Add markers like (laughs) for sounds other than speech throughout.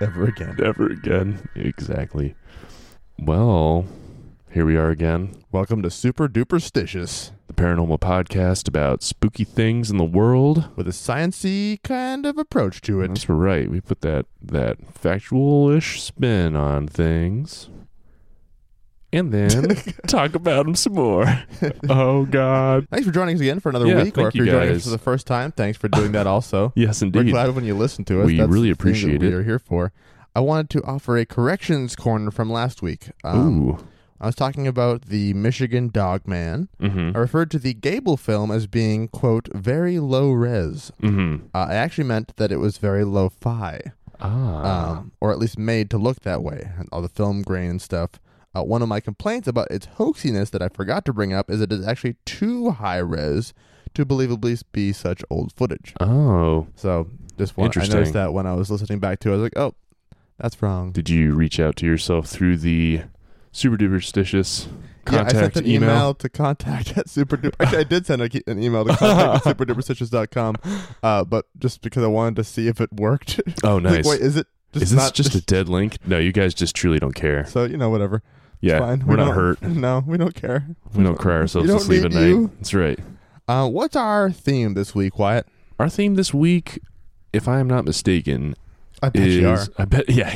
ever again. Never again. Exactly. Well, here we are again. Welcome to Super Duperstitious The paranormal podcast about spooky things in the world. with a sciency kind of approach to it. That's right. We put that that factual-ish spin on things. And then (laughs) talk about them some more. oh god. Thanks for joining us again for another Yeah, week, or thank if you you're joining guys. us for the first time, thanks for doing that also. Yes, (laughs) We're indeed. glad when you listen to us. We That's really the thing that appreciate we it. are here for. I wanted to offer a corrections corner from last week. Um, Ooh. I was talking about the Michigan Dog Man. Mhm. I referred to the Gable film as being, quote, very low res. Mhm. Uh, I actually meant that it was very lo fi, Ah. um, or at least made to look that way, and all the film grain and stuff. Uh, one of my complaints about its hoaxiness that I forgot to bring up is that it's actually too high res to believably be such old footage. oh. So just one, I Interesting. noticed that when I was listening back to it, I was like, oh, that's wrong. Did you reach out to yourself through the super duperstitious Yeah, I contact sent an email, email? to contact at super duper. Actually, I did send a, an email to (laughs) contact at superduperstitious.com, uh, but just because I wanted to see if it worked. (laughs) Oh, Like, nice. wait, is it just Is this not just a dead link? No, you guys just truly don't care. So, you know, whatever. Yeah, fine. we're We not don't- hurt. (laughs) No, we don't care. We don't cry ourselves to don't sleep at need night. you. That's right. Uh, what's our theme this week, Wyatt? Our theme this week, if I am not mistaken, I bet you are. is I bet (laughs) yeah,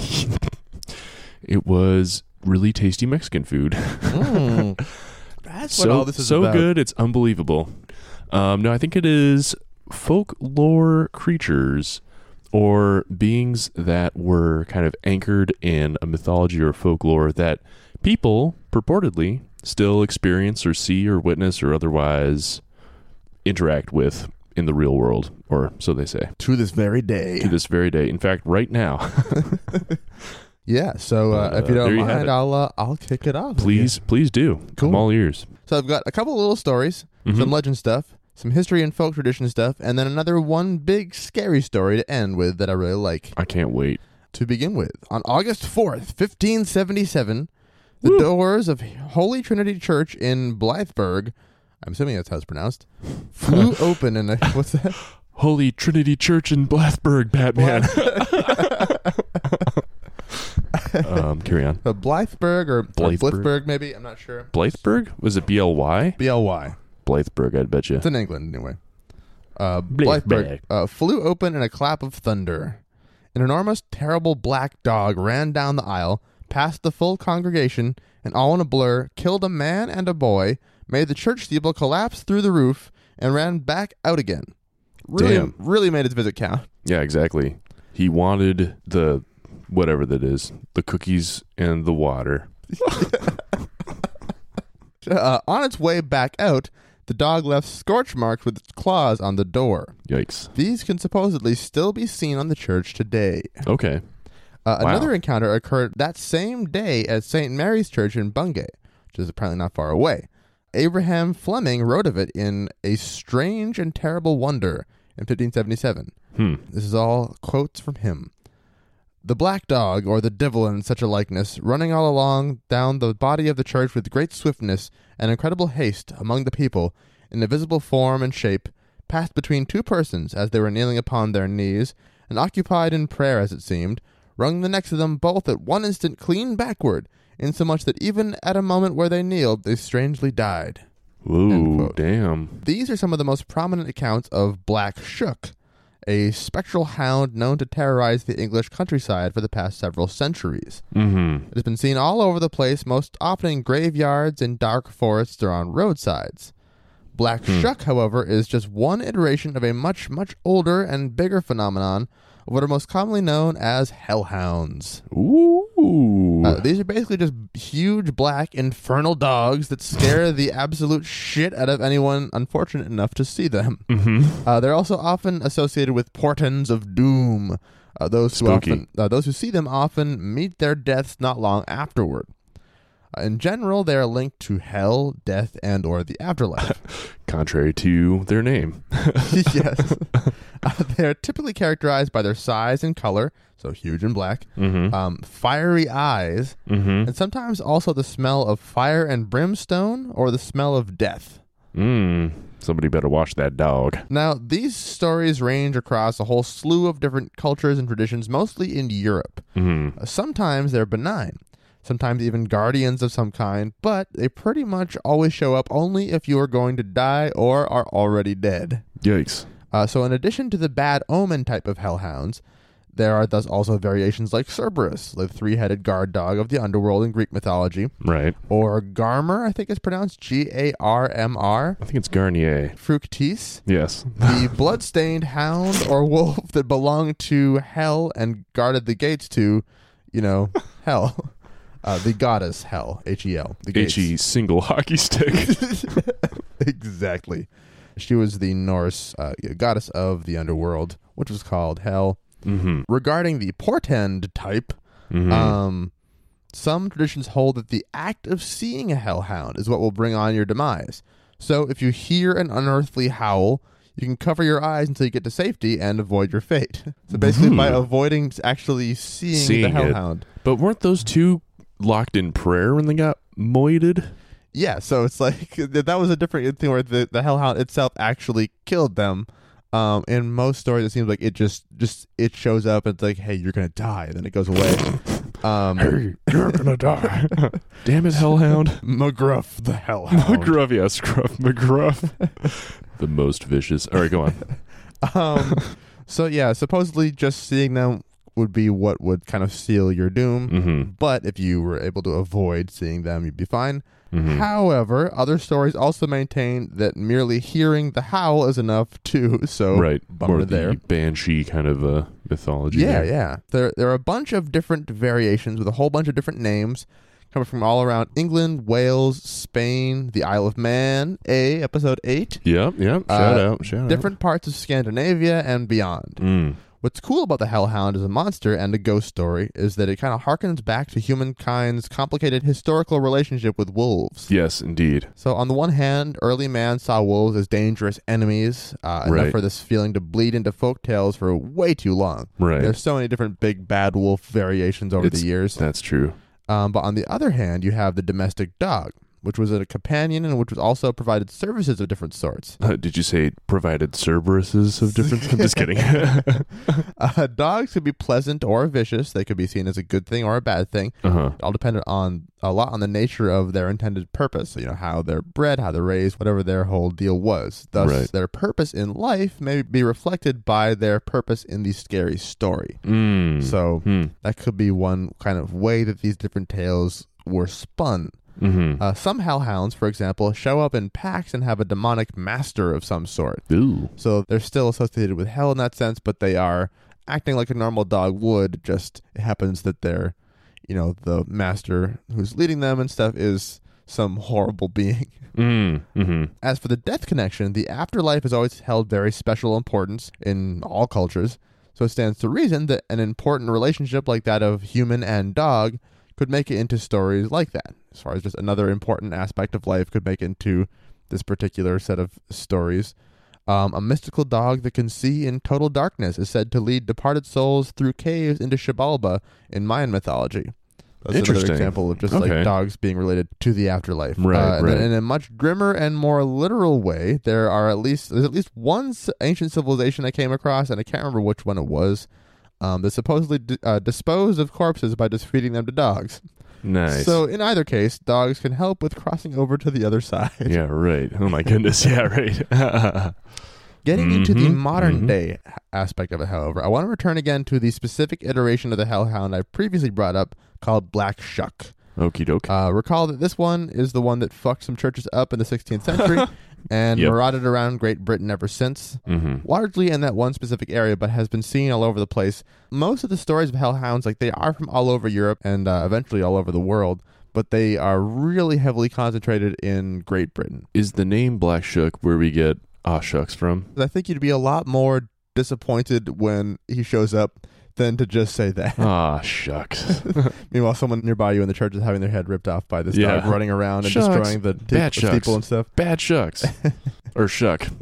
it was really tasty Mexican food. (laughs) Mm. That's so what all this is so about. good, it's unbelievable. Um, no, I think it is folklore creatures or beings that were kind of anchored in a mythology or folklore that people purportedly still experience or see or witness or otherwise interact with in the real world, or so they say, To this very day. to this very day. In fact, right now, (laughs) Yeah, so uh, But, if you uh, don't there you have mind, it. I'll, uh, I'll kick it off. please, please do. Cool. I'm all ears. So I've got a couple of little stories, some Mhm. legend stuff, some history and folk tradition stuff, and then another one big scary story to end with that I really like. I can't wait. To begin with, on August 4th, 1577, the doors of Holy Trinity Church in Blytheburg, I'm assuming that's how it's pronounced, (laughs) flew open and what's that? Holy Trinity Church in Blathburg, (laughs) Batman. um, carry on. Uh, Blytheburg or, Blytheburg. or Blythburg maybe? I'm not sure. Blythburg? Was it B L Y? BLY. Blythburg, I'd bet you. It's in England anyway. Uh, Blythburg. Blythburg uh, flew open in a clap of thunder. An enormous, terrible black dog ran down the aisle, past the full congregation, and all in a blur, killed a man and a boy, made the church steeple collapse through the roof, and ran back out again. Really, Damn. really made its visit count. Yeah, exactly. He wanted the whatever that is, the cookies and the water. Uh, on its way back out, the dog left scorch marks with its claws on the door. Yikes. These can supposedly still be seen on the church today. Okay. Uh, Wow. Another encounter occurred that same day at St. Mary's Church in Bungay, which is apparently not far away. Abraham Fleming wrote of it in A Strange and Terrible Wonder in 1577. Hmm. This is all quotes from him. The black dog, or the devil in such a likeness, running all along down the body of the church with great swiftness and incredible haste among the people, in a visible form and shape, passed between two persons as they were kneeling upon their knees, and occupied in prayer as it seemed, wrung the necks of them both at one instant clean backward, insomuch that even at a moment where they kneeled they strangely died. End Ooh, quote. damn. These are some of the most prominent accounts of Black Shook, a spectral hound known to terrorize the English countryside for the past several centuries. Mm-hmm. It has been seen all over the place, most often in graveyards, in dark forests, or on roadsides. Black Shuck, however, is just one iteration of a much, much older and bigger phenomenon of what are most commonly known as hellhounds. Ooh. Uh, these are basically just huge black infernal dogs that scare the absolute shit out of anyone unfortunate enough to see them. mm-hmm. Uh, they're also often associated with portents of doom. Uh, those who Spooky. often uh, those who see them often meet their deaths not long afterward. Uh, in general, they are linked to hell, death, and or the (laughs) afterlife. (laughs) Contrary to their name. yes, (laughs) uh, they are typically characterized by their size and color, so huge and black, Mm-hmm. um, fiery eyes, mm-hmm. and sometimes also the smell of fire and brimstone or the smell of death. Mm, somebody better watch that dog. Now, these stories range across a whole slew of different cultures and traditions, mostly in Europe. Mm. Sometimes they're benign, sometimes even guardians of some kind, but they pretty much always show up only if you are going to die or are already dead. Yikes. Uh, so, in addition to the bad omen type of hellhounds, there are thus also variations like Cerberus, the three headed guard dog of the underworld in Greek mythology, Right. or Garmer, I think it's pronounced G A R M R, I think it's Garnier. Fructis, Yes. the bloodstained hound or wolf that belonged to hell and guarded the gates to, (laughs) you know, hell. Uh, the goddess hell, H E L. The gates. H E single (laughs) hockey stick. (laughs) exactly. She was the Norse uh, goddess of the underworld, which was called hell. mm-hmm. Regarding the portend type, hmm um, some traditions hold that the act of seeing a hellhound is what will bring on your demise. So if you hear an unearthly howl, you can cover your eyes until you get to safety and avoid your fate. (laughs) So basically, by Hmm. avoiding actually seeing, Seeing the it. hellhound. but weren't those two locked in prayer when they got moited? Yeah, so it's like (laughs) th- that was a different thing where the, the hellhound itself actually killed them. Um, in most stories, it seems like it just just it shows up and it's like, hey, you're gonna die, and then it (laughs) goes away. (laughs) Um, Hey, you're gonna die. (laughs) Damn it, Hellhound. McGruff the hellhound. (laughs) McGruff, yeah, Scruff McGruff. (laughs) the most vicious. All right, go (laughs) on. (laughs) Um, so yeah, supposedly just seeing them would be what would kind of seal your doom. Mm-hmm. But if you were able to avoid seeing them, you'd be fine. Mm-hmm. However, other stories also maintain that merely hearing the howl is enough (laughs) too. So right, bummer more there. the banshee kind of uh, mythology. yeah, there. yeah. There, there are a bunch of different variations with a whole bunch of different names coming from all around England, Wales, Spain, the Isle of Man, A, episode 8, Yep, yep. Shout Uh, out, shout different parts of Scandinavia and beyond. out. Mm. What's cool about the Hellhound as a monster and a ghost story is that it kind of harkens back to humankind's complicated historical relationship with wolves. Yes, indeed. So, on the one hand, early man saw wolves as dangerous enemies, uh, enough Right. for this feeling to bleed into folk tales for way too long. Right. There's so many different big bad wolf variations over It's- the years. That's true. Um, but on the other hand, you have the domestic dog, which was a companion and which was also provided services of different (laughs) sorts. (laughs) Uh, did you say provided Cerberuses of different? I'm just (laughs) kidding. uh Uh, dogs could be pleasant or vicious. They could be seen as a good thing or a bad thing. huh. It all depended on a lot on the nature of their intended purpose. So, you know, how they're bred, how they're raised, whatever their whole deal was. Thus, Right. their purpose in life may be reflected by their purpose in the scary story. Mm. So, Hmm. that could be one kind of way that these different tales were spun. Mm-hmm. Uh, some hellhounds, for example, show up in packs and have a demonic master of some sort. Ooh. So they're still associated with hell in that sense, but they are acting like a normal dog would. Just it happens that they're, you know, the master who's leading them and stuff is some horrible (laughs) being. Mm. Mm-hmm. As for the death connection, the afterlife has always held very special importance in all cultures. So it stands to reason that an important relationship like that of human and dog could make it into stories like that. As far as just another important aspect of life could make into this particular set of stories. Um, a mystical dog that can see in total darkness is said to lead departed souls through caves into Shibalba in Mayan mythology. That's another Interesting. example of just like Okay. dogs being related to the afterlife. Right, Uh, and then right. In a much grimmer and more literal way, there are at least there's at least one s- ancient civilization I came across, and I can't remember which one it was. Um, that supposedly d- uh, disposed of corpses by just feeding them to dogs. Nice. So in either case, dogs can help with crossing over to the other (laughs) side. yeah. Right. Oh my goodness. (laughs) Yeah. Right. Getting into the Mhm, modern mhm. day h- aspect of it, however, I want to return again to the specific iteration of the Hellhound I previously brought up called Black Shuck. Okie doke. Uh, recall that this one is the one that fucked some churches up in the (laughs) 16th century and Yep. marauded around Great Britain ever since, Mm-hmm. largely in that one specific area, but has been seen all over the place. Most of the stories of hellhounds, like they are from all over Europe and uh, eventually all over the world, but they are really heavily concentrated in Great Britain. Is the name Black Shook where we get Ah Shucks from? I think you'd be a lot more disappointed when he shows up than to just say that. (laughs) (laughs) Ah Shucks. Meanwhile, someone nearby you in the church is having their head ripped off by this Yeah. dog running around and Shucks. destroying the, the Bad shucks. steeple and stuff. (laughs) Bad Shucks. or (laughs) Shuck. (laughs)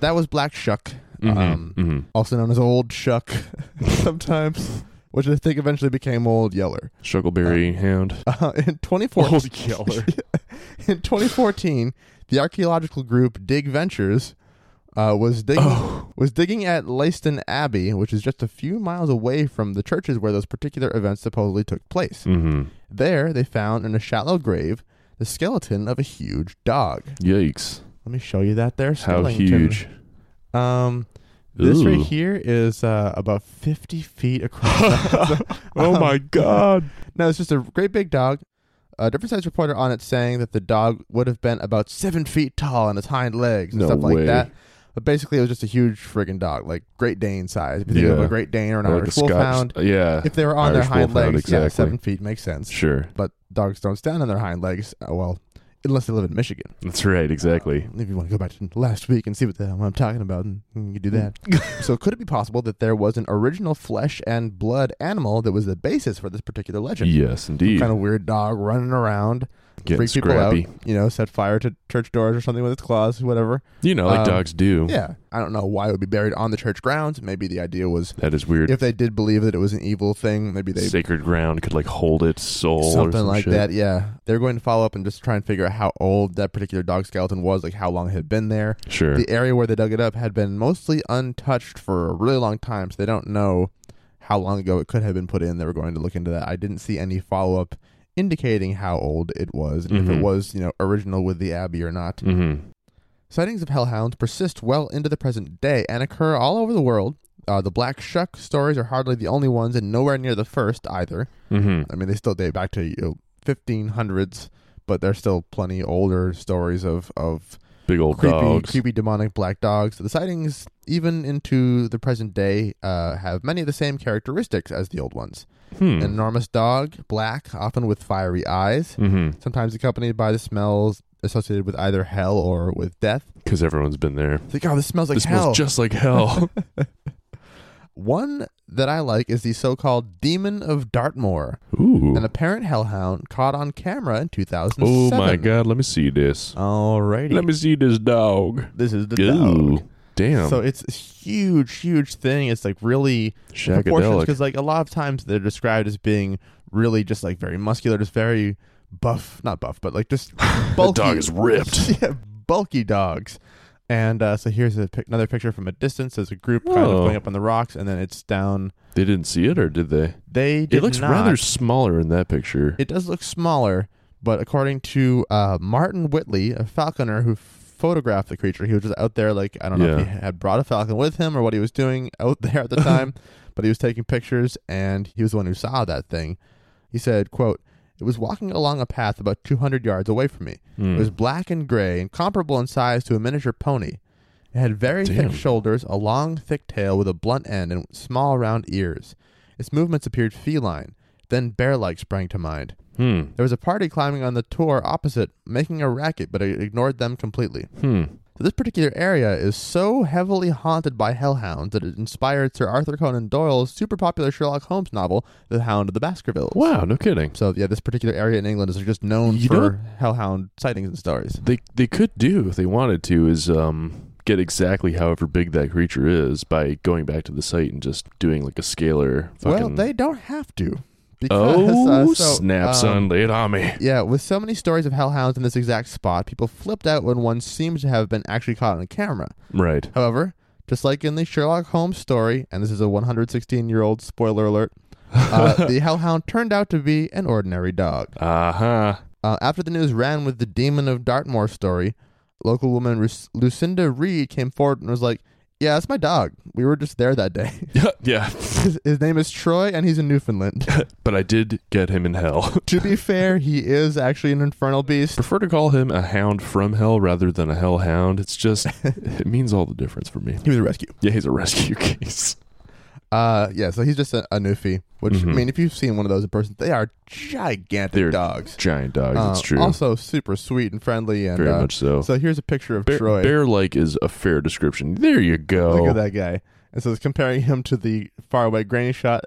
That was Black Shuck, Mhm, Um, mhm. also known as Old Shuck (laughs) sometimes, which I think eventually became Old Yeller. Shuckleberry Hound. (laughs) Uh, in 2014, Yeller. In 2014, the archaeological group Dig Ventures uh, was digging Oh. was digging at Leiston Abbey, which is just a few miles away from the churches where those particular events supposedly took place. Mm-hmm. There, they found in a shallow grave the skeleton of a huge dog. Yikes. Let me show you that there. How Skellington. huge. Um, this right Ooh. here is uh, about 50 feet across. (laughs) (laughs) Oh my god. no, it's just a great big dog. A different size reporter on it saying that the dog would have been about seven feet tall on its hind legs and No stuff way. like that. But basically, it was just a huge friggin' dog, like Great Dane size. If you think of Yeah. a Great Dane or an Or Irish the Scotch- Wolfhound, Yeah. if they were on Irish their hind Wolfhound, legs, yeah, exactly. seven feet makes sense. Sure. But dogs don't stand on their hind legs. Uh, well, unless they live in Michigan. That's right. Exactly. Um, If you want to go back to last week and see what the hell I'm talking about, and you can do (laughs) that. so, could it be possible that there was an original flesh and blood animal that was the basis for this particular legend? Yes, indeed. kind of weird dog running around, Getting freak people scrappy. out. You know, set fire to church doors or something with its claws, whatever. you know, like Um, dogs do. Yeah, I don't know why it would be buried on the church grounds. Maybe the idea was That is weird. if they did believe that it was an evil thing, maybe they Sacred ground could like hold its soul or something some like shit. that. Yeah, they're going to follow up and just try and figure out how old that particular dog skeleton was, like how long it had been there. Sure. The area where they dug it up had been mostly untouched for a really long time, so they don't know how long ago it could have been put in. They were going to look into that. I didn't see any follow up indicating how old it was and if Mhm. it was, you know, original with the abbey or not. mm-hmm. Sightings of hellhounds persist well into the present day and occur all over the world. Uh, the black shuck stories are hardly the only ones, and nowhere near the first either. Mm-hmm. I mean, they still date back to you know, 1500s, but there's still plenty older stories of of Big old creepy, dogs. creepy demonic black dogs. The sightings, even into the present day, uh, have many of the same characteristics as the old ones. Hmm. An enormous dog, black, often with fiery eyes, mm-hmm. sometimes accompanied by the smells associated with either hell or with death. Because everyone's been there. It's like, oh, this smells like this hell. smells just like (laughs) hell. One that I like is the so-called Demon of Dartmoor, Ooh. an apparent hellhound caught on camera in 2007. Oh my god, let me see this. Alrighty. Let me see this dog. this is the Ooh. dog. Damn. So it's a huge, huge thing. It's like really proportions Shagadelic. because like a lot of times they're described as being really just like very muscular, just very buff, not buff, but (laughs) like just bulky. dog is ripped. (laughs) yeah, bulky dogs. And uh, so here's a pic- another picture from a distance. There's a group kind of Oh. going up on the rocks, and then it's down. They didn't see it or did they? They did It looks not- rather smaller in that picture. It does look smaller, but according to uh, Martin Whitley, a falconer who photographed the creature, he was just out there, like, I don't know if Yeah. he had brought a falcon with him or what he was doing out there (laughs) at the time, but he was taking pictures and he was the one who saw that thing. He said, quote, it was walking along a path about 200 yards away from me. Hmm. It was black and gray and comparable in size to a miniature pony. It had very Damn. thick shoulders, a long, thick tail with a blunt end, and small, round ears. Its movements appeared feline. Then bear like sprang to mind. hmm. There was a party climbing on the tour opposite, making a racket, but I ignored them completely. Hmm. So this particular area is so heavily haunted by hellhounds that it inspired Sir Arthur Conan Doyle's super popular Sherlock Holmes novel, The Hound of the Baskervilles. Wow, no kidding. So yeah, this particular area in England is just known You for know hellhound sightings and stories. They they could do if they wanted to is um get exactly however big that creature is by going back to the site and just doing like a scalar fucking Well, they don't have to. (laughs) Because, Oh uh, (laughs) so, snap um, son, lay it on me. Yeah, with so many stories of hellhounds in this exact spot, people flipped out when one seems to have been actually caught on camera. Right. However, just like in the Sherlock Holmes story, and this is a 116 year old spoiler alert, uh, the hellhound turned out to be an ordinary dog. Uh-huh. (laughs) Uh, after the news ran with the Demon of Dartmoor story, local woman Rus- Lucinda Reed came forward and was like, Yeah, that's my dog. We were just there that day. (laughs) yeah. his, his name is Troy, and he's in Newfoundland. But I did get him in hell. (laughs) to be fair, he is actually an infernal beast. prefer to call him a hound from hell rather than a hell hound. It's (laughs) just it means all the difference for me. He was a rescue. Yeah, he's a rescue (laughs) case. Uh, yeah, so he's just a, a newfie, which, I Mhm. mean, if you've seen one of those in person, they are gigantic They're dogs. Giant dogs, Uh, it's Oh, true. Also, super sweet and friendly, and Very uh, much so. so here's a picture of Troy. Bear like is a fair description. There you go. Look at that guy. And so it's comparing him to the faraway granny shot.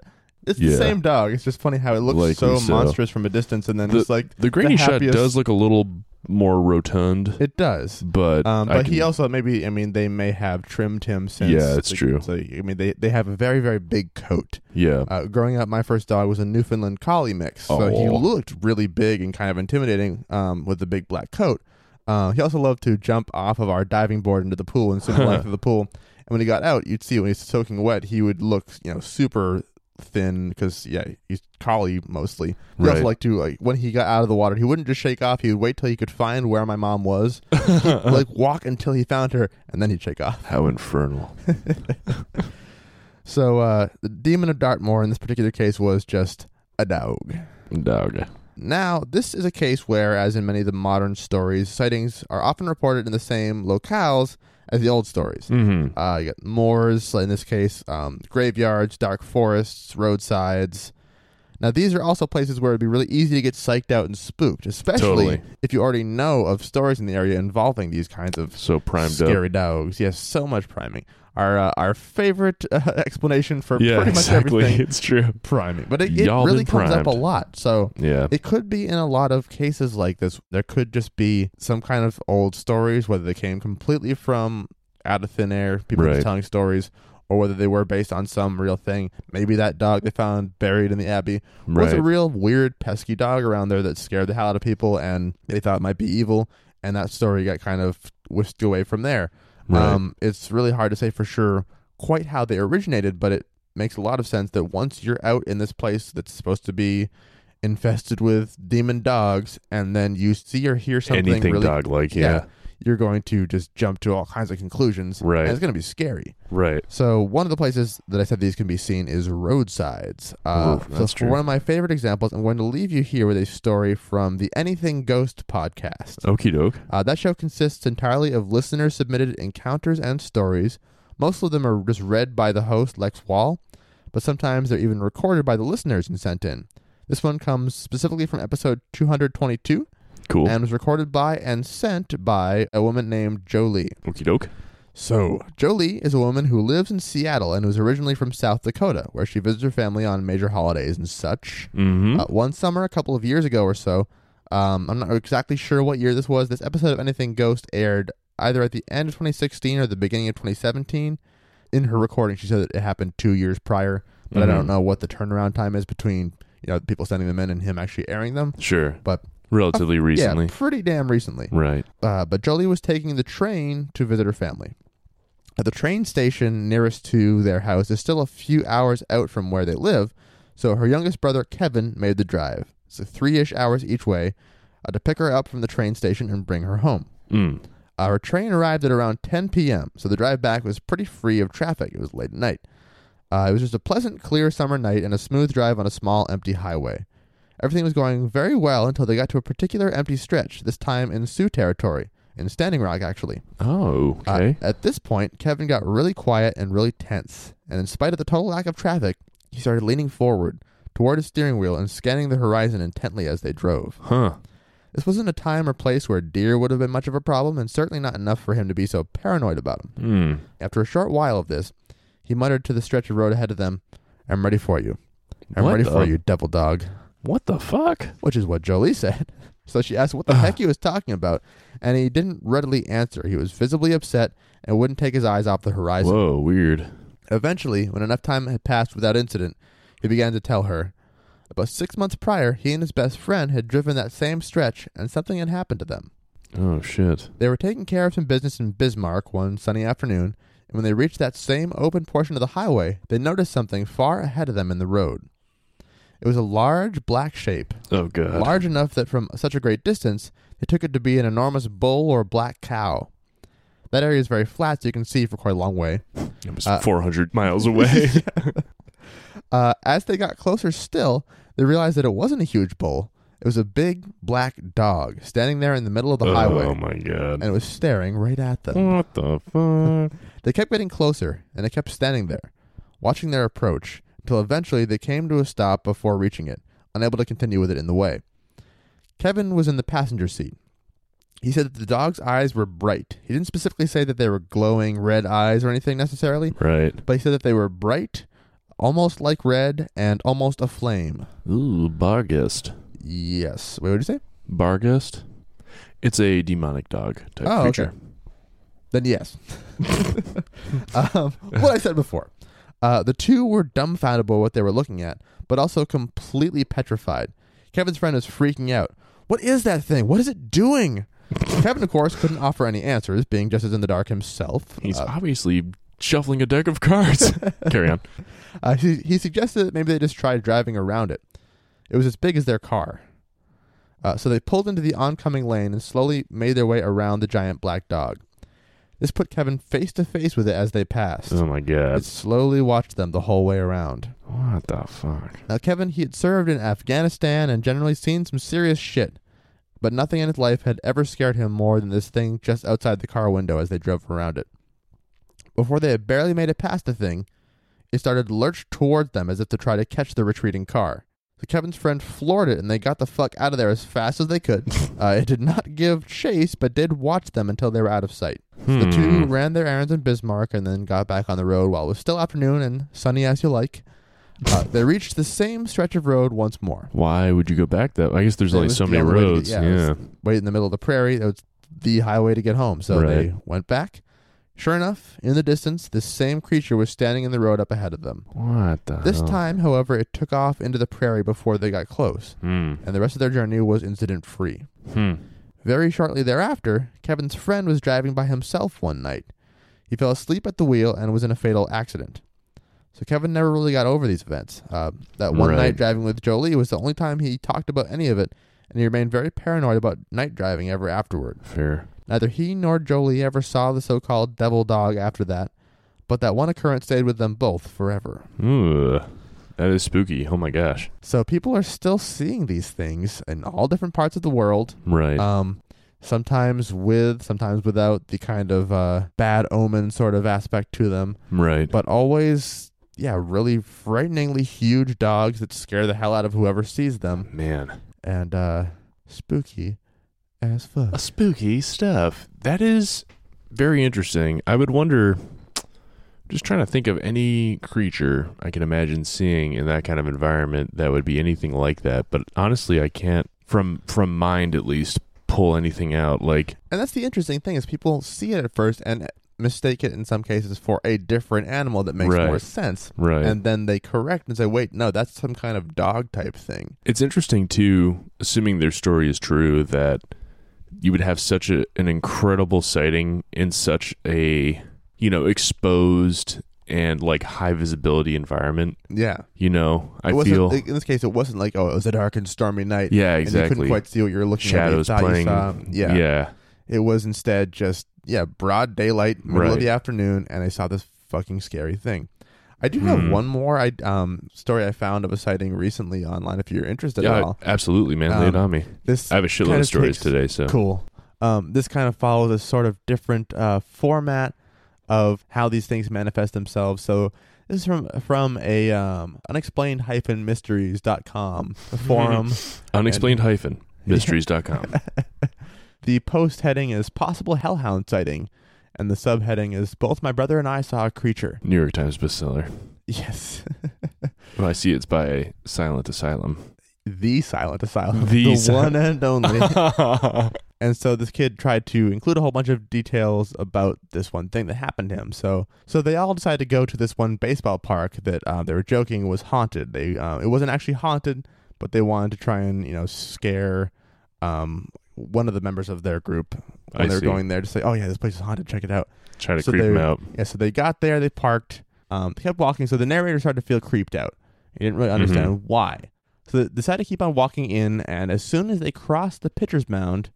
It's Yeah. the same dog. It's just funny how it looks Likely so, so. monstrous from a distance, and then The- it's like The granny shot happiest- does look a little more rotund. It does. But Um, I but he can- also maybe I mean they may have trimmed him since. Yeah, that's the- true. So I mean they they have a very very big coat. yeah, Uh, growing up, my first dog was a Newfoundland Collie mix, so he Oh. looked really big and kind of intimidating um, with the big black coat. Uh, he also loved to jump off of our diving board into the pool and (laughs) swim the length of the pool. And when he got out, you'd see when he's soaking wet, he would look you know super thin because yeah he's collie mostly. He also Right. liked to like when he got out of the water, he wouldn't just shake off. He would wait till he could find where my (laughs) mom was, He'd, like walk until he found her, and then he'd shake off. how infernal. So uh, the demon of Dartmoor in this particular case was just a dog. Dog. Now, this is a case where, as in many of the modern stories, sightings are often reported in the same locales as the old stories. Mm-hmm. Uh, you got moors, in this case, um, graveyards, dark forests, roadsides. Now, these are also places where it'd be really easy to get psyched out and spooked, especially Totally. if you already know of stories in the area involving these kinds of So primed up. scary dogs. Yes, so much priming. Our uh, our favorite uh, (laughs) explanation for Yeah, pretty much exactly. (laughs) everything, It's true. priming. But it, it Y'all really been comes up primed. a lot. So Yeah. it could be in a lot of cases like this. There could just be some kind of old stories, whether they came completely from out of thin air, people Right. just telling stories, or whether they were based on some real thing. Maybe that dog they found buried in the abbey was Right. a real weird pesky dog around there that scared the hell out of people and they thought might be evil, and that story got kind of whisked away from there. Right. Um, it's really hard to say for sure quite how they originated, but it makes a lot of sense that once you're out in this place that's supposed to be infested with demon dogs, and then you see or hear something Anything really, dog like. Yeah. you're going to just jump to all kinds of conclusions. and Right. it's going to be scary. Right. So one of the places that I said these can be seen is roadsides. Uh, Ooh, so that's for true. one of my favorite examples, I'm going to leave you here with a story from the Anything (laughs) Ghost podcast. Okie doke. Uh, that show consists entirely of listener submitted encounters and stories. Most of them are just read by the host, Lex Wall, but sometimes they're even recorded by the listeners and sent in. This one comes specifically from episode 222 Cool. and was recorded by and sent by a woman named Jolie. Okie doke. So, Jolie is a woman who lives in Seattle and was originally from South Dakota, where she visits her family on major holidays and such. Mm-hmm. Uh, one summer, a couple of years ago or so, um, I'm not exactly sure what year this was. This episode of Anything Ghost aired either at the end of 2016 or the beginning of 2017. In her recording, she said that it happened two years prior, but I Mhm. don't know what the turnaround time is between you know people sending them in and him actually airing them. sure. But uh, Relatively recently. yeah, pretty damn recently. Right. Uh, but Jolie was taking the train to visit her family. At the train station nearest to their house is still a few hours out from where they live, so her youngest brother Kevin made the drive. So three ish hours each way uh, to pick her up from the train station and bring her home. Mm. Our train arrived at around 10 p.m., so the drive back was pretty free of traffic. It was late at night. Uh, it was just a pleasant, clear summer night and a smooth drive on a small, empty highway. Everything was going very well until they got to a particular empty stretch, this time in Sioux territory, in Standing Rock, actually. Oh, Uh, okay. at this point, Kevin got really quiet and really tense, and in spite of the total lack of traffic, he started leaning forward toward his steering wheel and scanning the horizon intently as they drove. huh. This wasn't a time or place where deer would have been much of a problem, and certainly not enough for him to be so paranoid about them. Mm. After a short while of this, he muttered to the stretch of road ahead of them, I'm ready for you. I'm What ready for the- you, devil dog. What the fuck? Which is what Jolie said. (laughs) So she asked what the heck he was talking about, and he didn't readily answer. He was visibly upset and wouldn't take his eyes off the horizon. Whoa, weird. Eventually, when enough time had passed without incident, he began to tell her. About six months prior, he and his best friend had driven that same stretch, and something had happened to them. Oh shit. They were taking care of some business in Bismarck one sunny afternoon, and when they reached that same open portion of the highway, they noticed something far ahead of them in the road. It was a large black shape, Oh god. large enough that from such a great distance, they took it to be an enormous bull or black cow. That area is very flat, so you can see for quite a long way. It was uh, 400 miles away. Uh, as they got closer still, they realized that it wasn't a huge bull. It was a big black dog standing there in the middle of (laughs) (laughs) the Oh highway, my and god. it was staring right at them. What the fuck? They kept getting closer, and I kept standing there, watching their approach, until eventually they came to a stop before reaching it, unable to continue with it in the way. Kevin was in the passenger seat. He said that the dog's eyes were bright. He didn't specifically say that they were glowing red eyes or anything necessarily, Right. but he said that they were bright, almost like red, and almost aflame. Ooh, Bargest. Yes. Wait, what did you say? Bargest? It's a demonic dog type Oh, okay. creature. Then yes. (laughs) um, what I said before. Uh, the two were dumbfounded by what they were looking at, but also completely petrified. Kevin's friend is freaking out. What is that thing? What is it doing? Kevin, of course, couldn't offer any answers, being just as in the dark himself. He's Uh, obviously shuffling a deck of (laughs) cards. Carry on. uh, he, he suggested that maybe they just tried driving around it. It was as big as their car. Uh, so they pulled into the oncoming lane and slowly made their way around the giant black dog. This put Kevin face to face with it as they passed. Oh my It god. slowly watched them the whole way around. What the fuck? Now, Kevin, he had served in Afghanistan and generally seen some serious shit, but nothing in his life had ever scared him more than this thing just outside the car window as they drove around it. Before they had barely made it past the thing, it started to lurch towards them as if to try to catch the retreating car. So Kevin's friend floored it and they got the fuck out of there as fast as they could. uh, it did not give chase, but did watch them until they were out of sight. The two Hmm. ran their errands in Bismarck and then got back on the road while it was still afternoon and sunny as you like. Uh, they reached the same stretch of road once more. Why would you go back that? I guess there's It only was so the many only way to get- roads. yeah, it yeah. was- Wait in the middle of the prairie. That was the highway to get home. So they went back. Sure enough, in the distance, the same creature was standing in the road up ahead of them. What the This hell? time, however, it took off into the prairie before they got close, Hmm. and the rest of their journey was incident free. Hmm. Very shortly thereafter, Kevin's friend was driving by himself one night. He fell asleep at the wheel and was in a fatal accident. So Kevin never really got over these events. Uh, that one Right. night driving with Jolie was the only time he talked about any of it, and he remained very paranoid about night driving ever afterward. Fair. Neither he nor Jolie ever saw the so-called devil dog after that, but that one occurrence stayed with them both forever. Ooh, that is spooky. Oh my gosh. So people are still seeing these things in all different parts of the world. Right. um, sometimes with, sometimes without the kind of uh, bad omen sort of aspect to them, right. but always, yeah, really frighteningly huge dogs that scare the hell out of whoever sees them Man. and uh, spooky as fuck. spooky stuff. That is very interesting. I would wonder just trying to think of any creature I can imagine seeing in that kind of environment that would be anything like that, but honestly I can't from from mind at least pull anything out like And that's the interesting thing is people see it at first and mistake it in some cases for a different animal that makes Right. more sense. right. And then they correct and say, wait, no, that's some kind of dog type thing. It's interesting too, assuming their story is true, that you would have such a, an incredible sighting in such a you know exposed and like high visibility environment. Yeah. You know, I it wasn't, feel In this case, it wasn't like, oh, it was a dark and stormy night. yeah, And you couldn't exactly. quite see what you were looking Shadows at. but you playing. thought you saw- yeah. yeah, It was instead just, yeah, broad daylight, middle of Right. the afternoon, and I saw this fucking scary thing. I do have Hmm. one more I, um, story I found of a sighting recently online if you're interested yeah, at all. absolutely, man. Lay it Um, on me. This I have a shitload kinda of stories takes- today, so Cool. Um, this kind of follows a sort of different uh, format of how these things manifest themselves. So this is from from a um, unexplained hyphen (laughs) mysteries.com forum. unexplained (laughs) hyphen mysteries.com. The post heading is possible hellhound sighting, and the subheading is both my brother and I saw a creature. (laughs) New York Times bestseller. Yes, (laughs) Well, I see it's by Silent (laughs) Asylum. the silent asylum, The the, sil- one and only. oh and so this kid tried to include a whole bunch of details about this one thing that happened to him. So, so they all decided to go to this one baseball park that uh, they were joking was haunted. They uh, it wasn't actually haunted, but they wanted to try and you know scare um, one of the members of their group when I they were see. going there to say, "Oh yeah, this place is haunted. Check it out." (laughs) Try to So creep him they're- out. Yeah, so they got there, they parked, um, they kept walking. So the narrator started to feel creeped out. He didn't really understand why. So they decided to keep on walking in, and as soon as they crossed the pitcher's mound,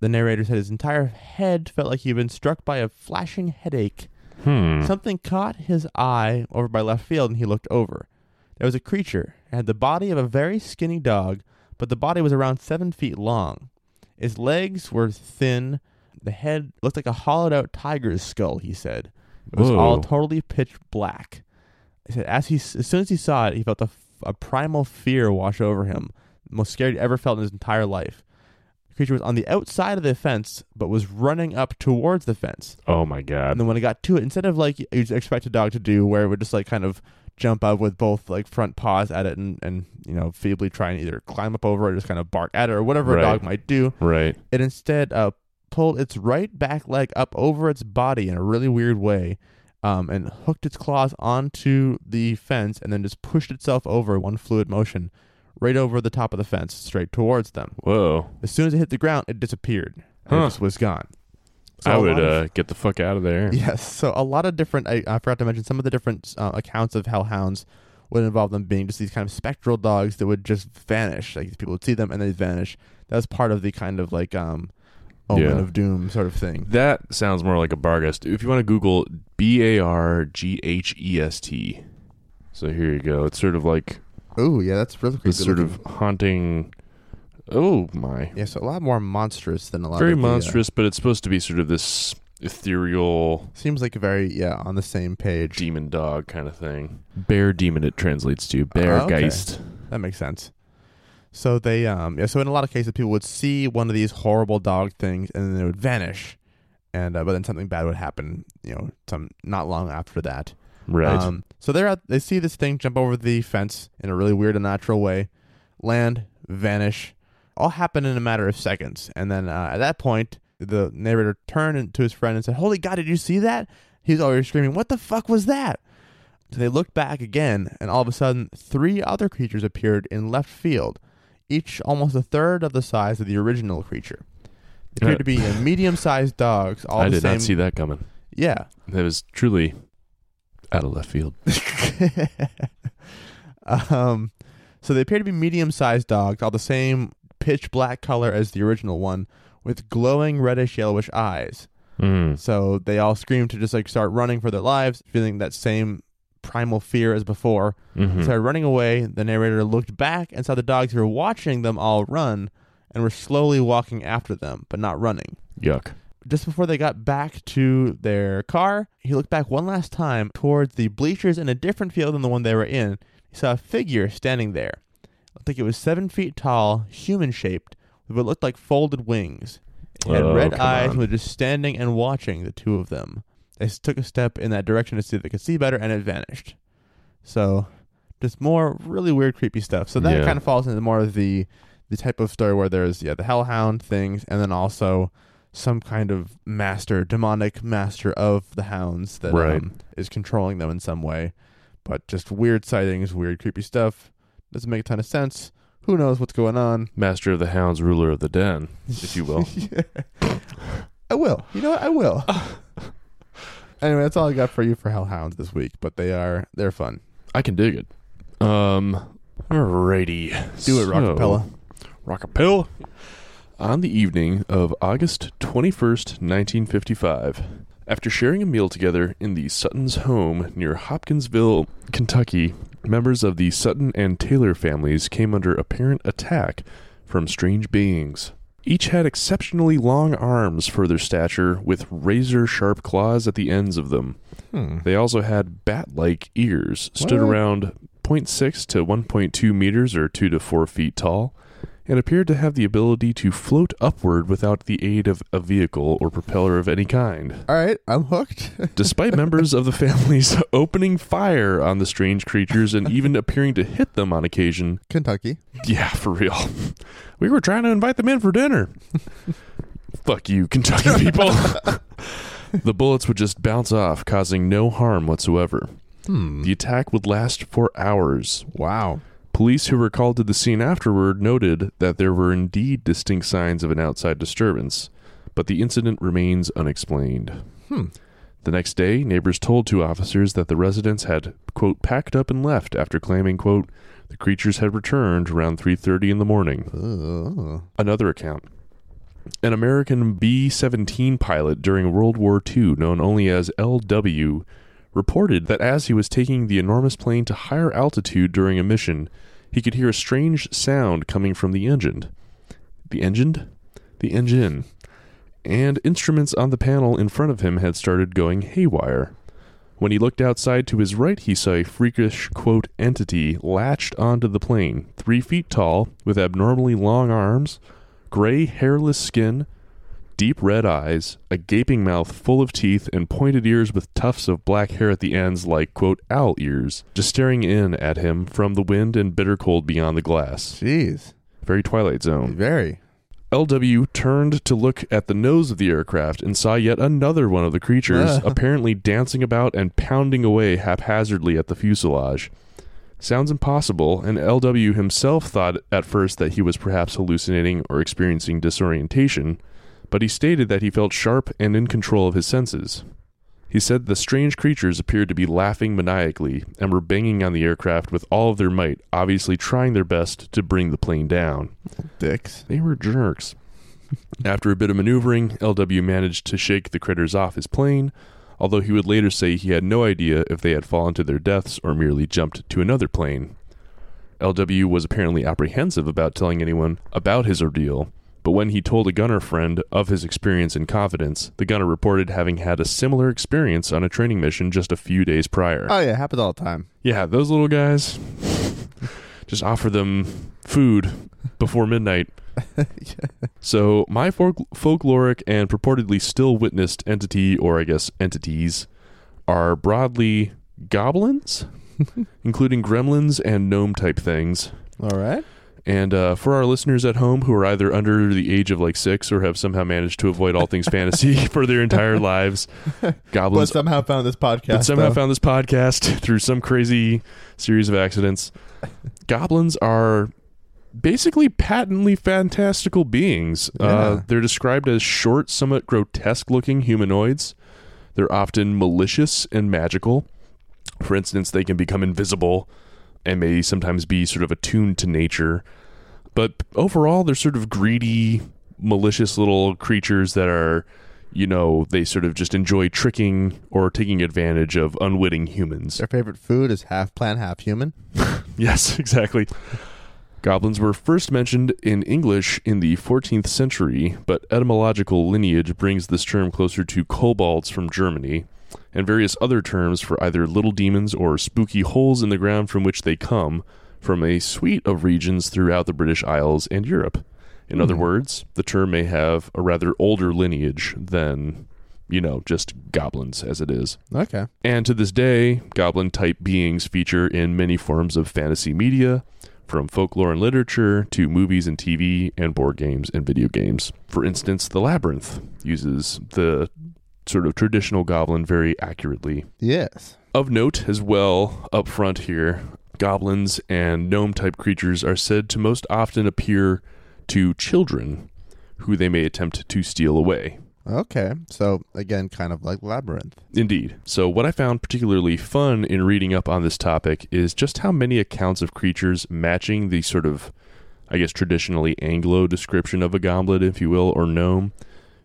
the narrator said his entire head felt like he'd been struck by a flashing headache. Hmm. Something caught his eye over by left field, and he looked over. There was a creature. It had the body of a very skinny dog, but the body was around seven feet long. Its legs were thin. The head looked like a hollowed out tiger's skull, he said. It was Whoa. all totally pitch black. He said, as, he, as soon as he saw it, he felt a, f- a primal fear wash over him, the most scared he'd ever felt in his entire life. The creature was on the outside of the fence, but was running up towards the fence. Oh my god. And then when it got to it, instead of like you'd expect a dog to do, where it would just like kind of jump up with both like front paws at it and, and you know feebly try and either climb up over it or just kind of bark at it or whatever Right. a dog might do. Right. It instead uh, pulled its right back leg up over its body in a really weird way um, and hooked its claws onto the fence and then just pushed itself over one fluid motion right over the top of the fence straight towards them. Whoa. As soon as it hit the ground, it disappeared. And Huh. It just was gone. So I a would lot of- uh, get the fuck out of there. Yes. So a lot of different. I, I forgot to mention some of the different uh, accounts of hellhounds would involve them being just these kind of spectral dogs that would just vanish. Like people would see them and they'd vanish. That was part of the kind of like um, omen Yeah. of doom sort of thing. That sounds more like a barghest. If you want to Google B A R G H E S T. So here you go. It's sort of like Oh yeah, that's really creepy. this sort of haunting. Oh my. yeah. So a lot more monstrous than a lot. Very of the, uh, monstrous, but it's supposed to be sort of this ethereal seems like very yeah on the same page. demon dog kind of thing. Bear demon, it translates to. Bear Oh, okay. geist. That makes sense. So they um yeah, so in a lot of cases people would see one of these horrible dog things and then it would vanish. And uh, but then something bad would happen, you know, some not long after that. Right. Um so they're out they see this thing jump over the fence in a really weird and natural way, land, vanish, all happen in a matter of seconds. And then uh, at that point the narrator turned to his friend and said, "Holy God, did you see that?" He's already screaming, "What the fuck was that?" So they looked back again, and all of a sudden, three other creatures appeared in left field, each almost a third of the size of the original creature. They appeared to be uh, medium-sized dogs, all I the did same. not see that coming. yeah. That was truly out of left field. (laughs) um, so they appear to be medium-sized dogs, all the same pitch black color as the original one, with glowing reddish yellowish eyes. Mm. So they all scream to just like start running for their lives, feeling that same primal fear as before. Mhm. started running away. The narrator looked back and saw the dogs were watching them all run and were slowly walking after them, but not running. Yuck. Just before they got back to their car, he looked back one last time towards the bleachers in a different field than the one they were in. He saw a figure standing there. I think it was seven feet tall, human shaped, with what looked like folded wings. It had Oh, red come eyes on. and was just standing and watching the two of them. They s- took a step in that direction to see if they could see better, and it vanished. So, just more really weird, creepy stuff. So that Yeah. kind of falls into more of the the type of story where there's yeah the hellhound things, and then also some kind of master, demonic master of the hounds that Right. um, is controlling them in some way. But just weird sightings, weird, creepy stuff. Doesn't make a ton of sense. Who knows what's going on? Master of the hounds, ruler of the den, (laughs) if you (laughs) will. I will. You know what? (laughs) I will. anyway, that's all I got for you for Hellhounds this week, but they are they're fun. I can dig it. Um, alrighty. Do it, so, Rockapella. Rockapella. On the evening of August 21st, 1955, after sharing a meal together in the Sutton's home near Hopkinsville, Kentucky, members of the Sutton and Taylor families came under apparent attack from strange beings. Each had exceptionally long arms for their stature, with razor sharp claws at the ends of them. Hmm. They also had bat like ears, stood What? around 0.6 to 1.2 meters or 2 to 4 feet tall, and appeared to have the ability to float upward without the aid of a vehicle or propeller of any kind. All right, I'm hooked. Despite members of the families (laughs) opening fire on the strange creatures and even appearing to hit them on occasion, Kentucky. yeah, for real. (laughs) We were trying to invite them in for dinner. (laughs) Fuck you, Kentucky people. the bullets would just bounce off, causing no harm whatsoever. Hmm. The attack would last for hours. Wow. Police who were called to the scene afterward noted that there were indeed distinct signs of an outside disturbance, but the incident remains unexplained. Hmm. The next day, neighbors told two officers that the residents had, quote, packed up and left after claiming, quote, the creatures had returned around 3.30 in the morning Oh. another account. An American B 17 pilot during World War II, known only as LW, reported that as he was taking the enormous plane to higher altitude during a mission, he could hear a strange sound coming from the engine. The engine? The engine. And instruments on the panel in front of him had started going haywire. When he looked outside to his right, he saw a freakish, quote, entity latched onto the plane, three feet tall, with abnormally long arms, gray, hairless skin, deep red eyes, a gaping mouth full of teeth, and pointed ears with tufts of black hair at the ends like, quote, owl ears, just staring in at him from the wind and bitter cold beyond the glass. Jeez. Very Twilight Zone. Very. LW turned to look at the nose of the aircraft and saw yet another one of the creatures Ah. apparently dancing about and pounding away haphazardly at the fuselage. Sounds impossible, and LW himself thought at first that he was perhaps hallucinating or experiencing disorientation, but he stated that he felt sharp and in control of his senses. He said the strange creatures appeared to be laughing maniacally and were banging on the aircraft with all of their might, obviously trying their best to bring the plane down. Dicks. They were jerks. After a bit of maneuvering, LW managed to shake the critters off his plane, although he would later say he had no idea if they had fallen to their deaths or merely jumped to another plane. LW was apparently apprehensive about telling anyone about his ordeal, but when he told a gunner friend of his experience in confidence, the gunner reported having had a similar experience on a training mission just a few days prior. Oh yeah, happens all the time. Yeah, those little guys. Just offer them food before midnight. So, my folk- folkloric and purportedly still witnessed entity, or I guess entities, are broadly goblins, including gremlins and gnome type things. All right. And uh, for our listeners at home who are either under the age of like six or have somehow managed to avoid all things fantasy (laughs) for their entire lives, But goblins somehow found this podcast. but somehow though. found this podcast (laughs) through some crazy series of accidents. Goblins are basically patently fantastical beings. Yeah. Uh, they're described as short, somewhat grotesque looking humanoids. They're often malicious and magical. For instance, they can become invisible and may sometimes be sort of attuned to nature. But overall, they're sort of greedy, malicious little creatures that are, you know, they sort of just enjoy tricking or taking advantage of unwitting humans. Their favorite food is half plant, half human. (laughs) Yes, exactly. Goblins were first mentioned in English in the 14th century, but etymological lineage brings this term closer to kobolds from Germany, and various other terms for either little demons or spooky holes in the ground from which they come, from a suite of regions throughout the British Isles and Europe. In other words, the term may have a rather older lineage than, you know, just goblins as it is. Okay. And to this day, goblin type beings feature in many forms of fantasy media, from folklore and literature to movies and TV and board games and video games. For instance, The Labyrinth uses the sort of traditional goblin very accurately. Yes. Of note as well, up front here, goblins and gnome type creatures are said to most often appear to children who they may attempt to steal away. Okay. So again, kind of like labyrinth. Indeed. So, what I found particularly fun in reading up on this topic is just how many accounts of creatures matching the sort of, I guess, traditionally Anglo description of a goblet, if you will, or gnome,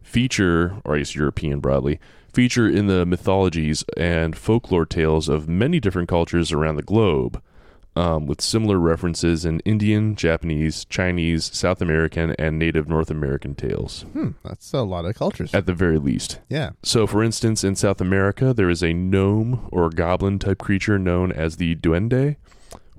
feature, or I guess European broadly, feature in the mythologies and folklore tales of many different cultures around the globe, um, with similar references in Indian, Japanese, Chinese, South American, and Native North American tales, Hmm. That's a lot of cultures. at the very least. yeah. So, for instance, in South America, there is a gnome or goblin type creature known as the duende,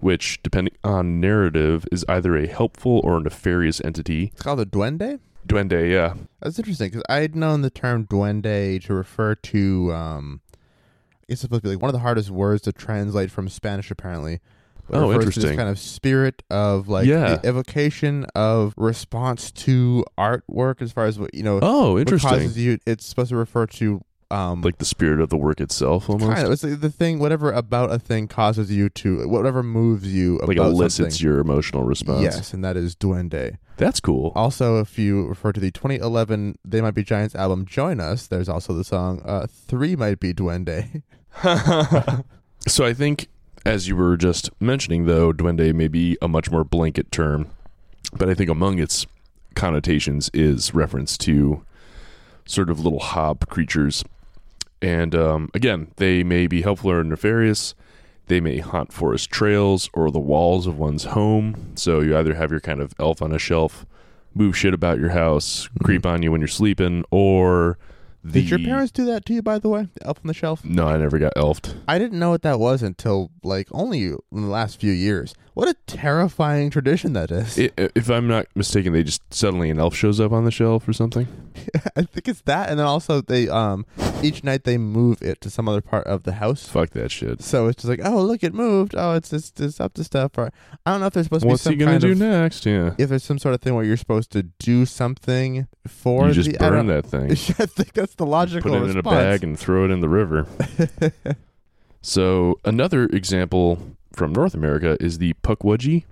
which, depending on narrative, is either a helpful or nefarious entity. It's called a duende. Duende, yeah. That's interesting because I had known the term duende to refer to. Um, it's supposed to be like one of the hardest words to translate from Spanish, apparently. But it Oh, refers To interesting. this kind of spirit of like Yeah. the evocation of response to artwork, as far as what you know. Oh, what interesting. causes you? It's supposed to refer to um, Like the spirit of the work itself, almost. kind of it's like the thing, whatever about a thing causes you to, whatever moves you like about elicits something. your emotional response. Yes, and that is duende. That's cool. Also, if you refer to the 2011 They Might Be Giants album Join Us, there's also the song uh, Three Might Be (laughs) Duende. so, I think, as you were just mentioning, though, duende may be a much more blanket term, but I think among its connotations is reference to sort of little hob creatures. And um, again, they may be helpful or nefarious. They may haunt forest trails or the walls of one's home. So you either have your kind of elf on a shelf, move shit about your house, creep on you when you're sleeping, or The, Mm-hmm. Did your parents do that to you, by the way? The Elf on the Shelf? No, I never got elfed. I didn't know what that was until like only in the last few years. What a terrifying tradition that is. I- i- if I'm not mistaken, they just suddenly an elf shows up on the shelf or something. (laughs) I think it's that, and then also they um each night they move it to some other part of the house. Fuck that shit. So it's just like, oh look, it moved. Oh, it's it's, it's up to stuff. Or I don't know if there's supposed What's to be he some gonna kind do of next? Yeah, if there's some sort of thing where you're supposed to do something for you just the I burn don't- that thing, (laughs) I think that's the logical put it response. in a bag, and throw it in the (laughs) river. so another example from North America is the puckwudgie,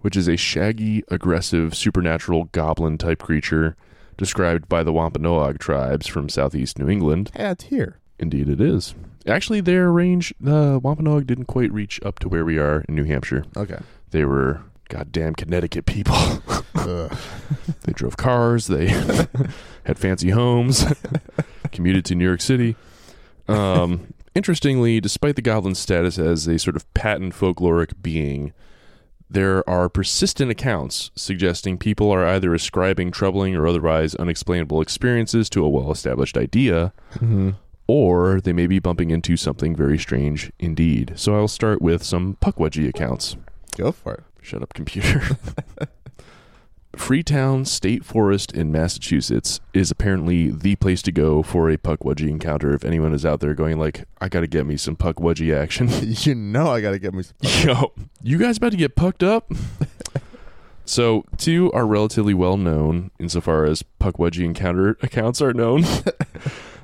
which is a shaggy, aggressive, supernatural goblin type creature described by the Wampanoag tribes from southeast New England. yeah, it's here. Indeed, it is. Actually, their range, the Wampanoag didn't quite reach up to where we are in New Hampshire. Okay. They were goddamn Connecticut people. Ugh. they drove cars. They (laughs) had fancy homes. commuted to New York City. Um, interestingly, despite the goblin's status as a sort of patent folkloric being, there are persistent accounts suggesting people are either ascribing troubling or otherwise unexplainable experiences to a well-established idea Mm-hmm. Mhm. or they may be bumping into something very strange indeed. So I'll start with some Puckwudgie accounts. Go for it. Shut up, computer. Freetown State Forest in Massachusetts is apparently the place to go for a Puckwudgie encounter. If anyone is out there going like, I gotta get me some Puckwudgie action. (laughs) You know I gotta get me. (laughs) Some- Yo, you guys about to get pucked up? so, two are relatively well known insofar as Puckwudgie encounter accounts are known.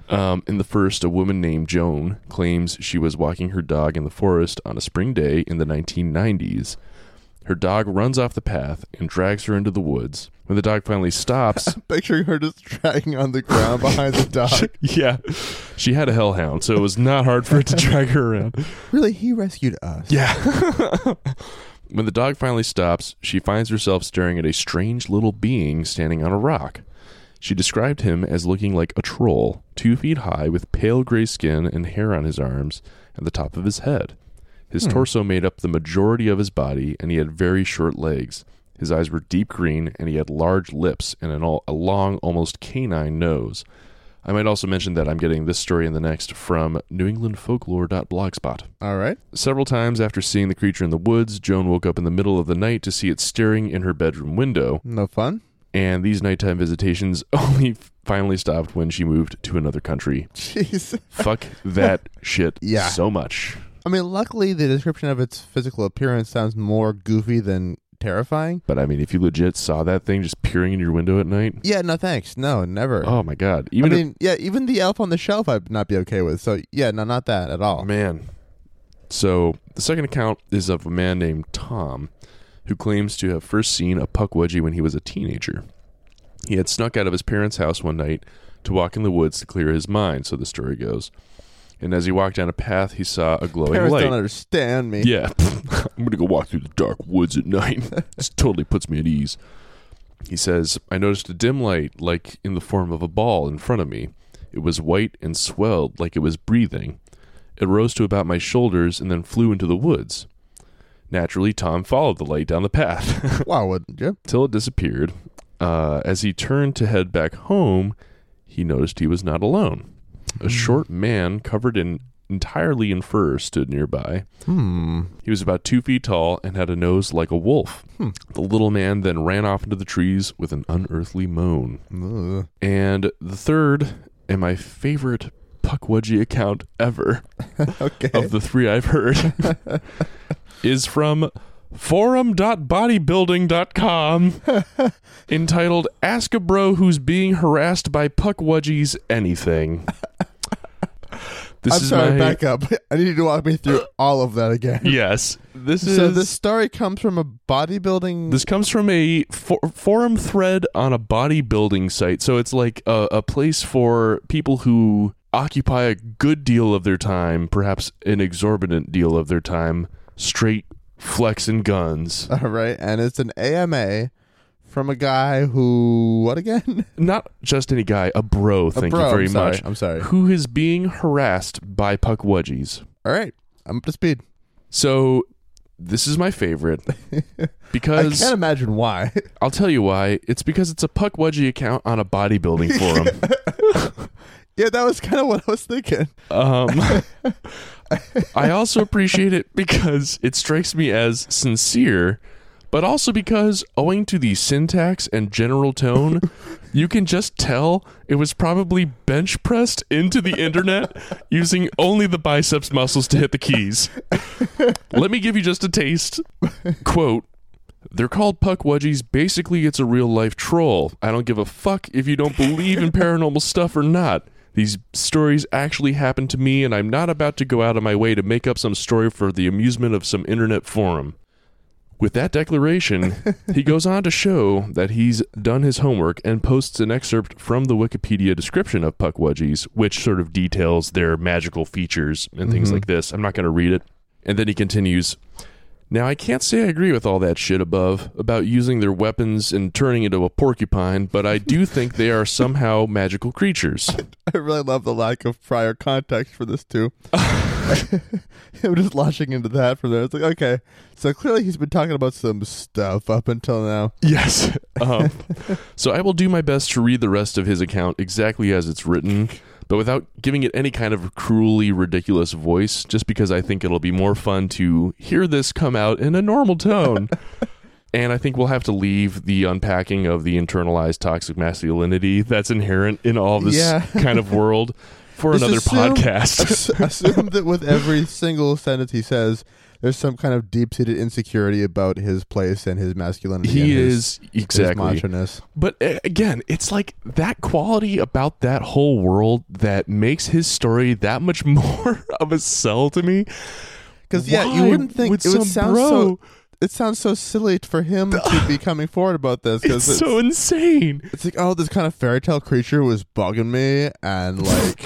um, in the first, a woman named Joan claims she was walking her dog in the forest on a spring day in the 1990s. Her dog runs off the path and drags her into the woods. When the dog finally stops, (laughs) Picturing her just dragging on the ground behind the dog. yeah, she had a hellhound, so it was not hard for it to drag her around. really, he rescued us. Yeah. when the dog finally stops, she finds herself staring at a strange little being standing on a rock. She described him as looking like a troll, two feet high, with pale gray skin and hair on his arms and the top of his head. His torso made up the majority of his body, and he had very short legs. His eyes were deep green, and he had large lips and an all, a long, almost canine nose. I might also mention that I'm getting this story and the next from newenglandfolklore.blogspot. All right. Several times after seeing the creature in the woods, Joan woke up in the middle of the night to see it staring in her bedroom window, No fun. (laughs) and these nighttime visitations (laughs) only f- finally stopped when she moved to another country. Jeez. (laughs) Fuck that shit Yeah. so much. I mean, luckily the description of its physical appearance sounds more goofy than terrifying. But I mean, if you legit saw that thing just peering in your window at night, Yeah. No thanks. No, never. oh my god. Even I mean, yeah, even the elf on the shelf I'd not be okay with. So yeah, no, not that at all. Man. So the second account is of a man named Tom who claims to have first seen a puckwudgie when he was a teenager. He had snuck out of his parents' house one night to walk in the woods to clear his mind, so the story goes. And as he walked down a path, he saw a glowing Parents light. don't understand me. oh, Yeah, (laughs) I'm gonna go walk through the dark woods at night. this totally puts me at ease. He says, I noticed a dim light, like in the form of a ball, in front of me. It was white and swelled, like it was breathing. It rose to about my shoulders and then flew into the woods. Naturally, Tom followed the light down the path (laughs) Wow, wouldn't you? till it disappeared. Uh, as he turned to head back home, he noticed he was not alone. A short man covered in entirely in fur stood nearby. Hmm. He was about two feet tall and had a nose like a wolf. Hmm. The little man then ran off into the trees with an unearthly moan. Ugh. And the third, and my favorite Puckwudgie account ever Okay. of the three I've heard, (laughs) is from (laughs) forum.bodybuilding.com entitled Ask a Bro Who's Being Harassed by Puckwudgies (laughs) Anything. This I'm is sorry. my. Back up. (laughs) I need you to walk me through all of that again. Yes. (laughs) This is. So this story comes from a bodybuilding. This comes from a for- forum thread on a bodybuilding site. So it's like a, a place for people who occupy a good deal of their time, perhaps an exorbitant deal of their time, straight flexing guns. (laughs) all right, and it's an AMA from a guy who what again? (laughs) Not just any guy, a bro, A thank bro, you very I'm sorry. much, I'm sorry. who is being harassed by puckwudgies. All right, I'm up to speed. So this is my (laughs) favorite I because can't imagine why. (laughs) (laughs) I'll tell you why. It's because it's a puckwudgie account on a bodybuilding forum. Yeah, that was kind of what I was thinking. Um, I also appreciate it because it strikes me as sincere, but also because, owing to the syntax and general tone, you can just tell it was probably bench pressed into the internet using only the biceps muscles to hit the keys. Let me give you just a taste. Quote. They're called puck wedgies. Basically, it's a real life troll. I don't give a fuck if you don't believe in paranormal stuff or not. These stories actually happened to me, and I'm not about to go out of my way to make up some story for the amusement of some internet forum. With that declaration, he goes on to show that he's done his homework and posts an excerpt from the Wikipedia description of puck wedgies, which sort of details their magical features and things like this. I'm not going to read it. And then he continues. Now, I can't say I agree with all that shit above about using their weapons and turning into a porcupine, but I do think they are somehow magical creatures. I really love the lack of prior context for this too. (laughs) I'm just launching into that from there. It's like okay, so clearly he's been talking about some stuff up until now. (laughs) Yes. (laughs) Um, so I will do my best to read the rest of his account exactly as it's written, but without giving it any kind of cruelly ridiculous voice, just because I think it'll be more fun to hear this come out in a normal (laughs) tone. and I think we'll have to leave the unpacking of the internalized toxic masculinity that's inherent in all this Yeah. kind of world for Just another assume- podcast. Ass- Assume that with every single sentence he says, there's some kind of deep-seated insecurity about his place and his masculinity. he and his- is his exactly macho-ness. But uh, again, it's like that quality about that whole world that makes his story that much (laughs) more of a sell to me. Because yeah, you Why wouldn't think would it would some sound bro- so. It sounds so silly for him to be coming forward about this (laughs) It's because it's, so insane. it's like, oh, this kind of fairy tale creature was bugging me, and like,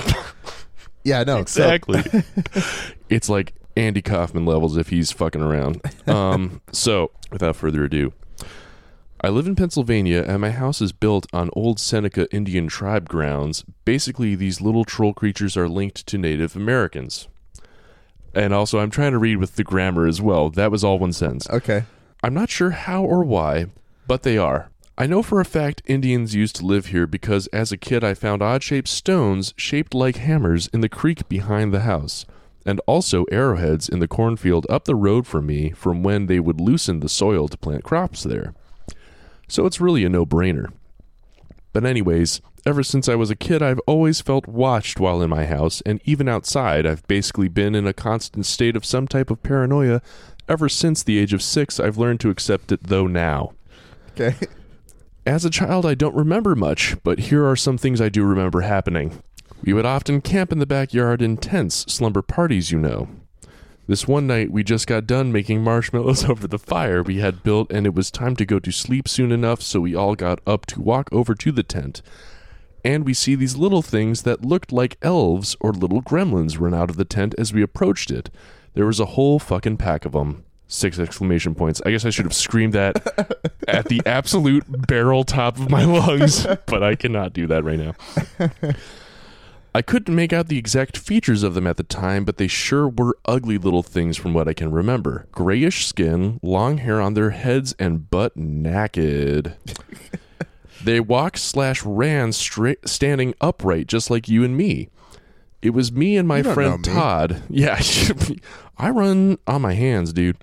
(laughs) yeah, no, so- Exactly. (laughs) it's like Andy Kaufman levels if he's fucking around. Um, so, without further ado, I live in Pennsylvania and my house is built on old Seneca Indian tribe grounds. Basically, these little troll creatures are linked to Native Americans. And also, I'm trying to read with the grammar as well. That was all one sentence. okay, I'm not sure how or why, but they are. I know for a fact Indians used to live here because as a kid I found odd shaped stones shaped like hammers in the creek behind the house, and also arrowheads in the cornfield up the road from me from when they would loosen the soil to plant crops there. So it's really a no brainer. But, anyways, ever since I was a kid, I've always felt watched while in my house, and even outside, I've basically been in a constant state of some type of paranoia ever since the age of six. I've learned to accept it, though, now. okay, (laughs) As a child, I don't remember much, but here are some things I do remember happening. We would often camp in the backyard in tents, slumber parties, you know. This one night, we just got done making marshmallows (laughs) over the fire we had built, and it was time to go to sleep soon enough, so we all got up to walk over to the tent. And we see these little things that looked like elves or little gremlins run out of the tent as we approached it. There was a whole fucking pack of them. Six exclamation points. I guess I should have screamed that at the absolute barrel top of my (laughs) lungs, but I cannot do that right now. I couldn't make out the exact features of them at the time, but they sure were ugly little things from what I can remember. Grayish skin, long hair on their heads, and butt naked. they walked slash ran straight, standing upright, just like you and me. It was me and my You don't know friend me. Todd. (laughs) Yeah, I run on my hands, dude.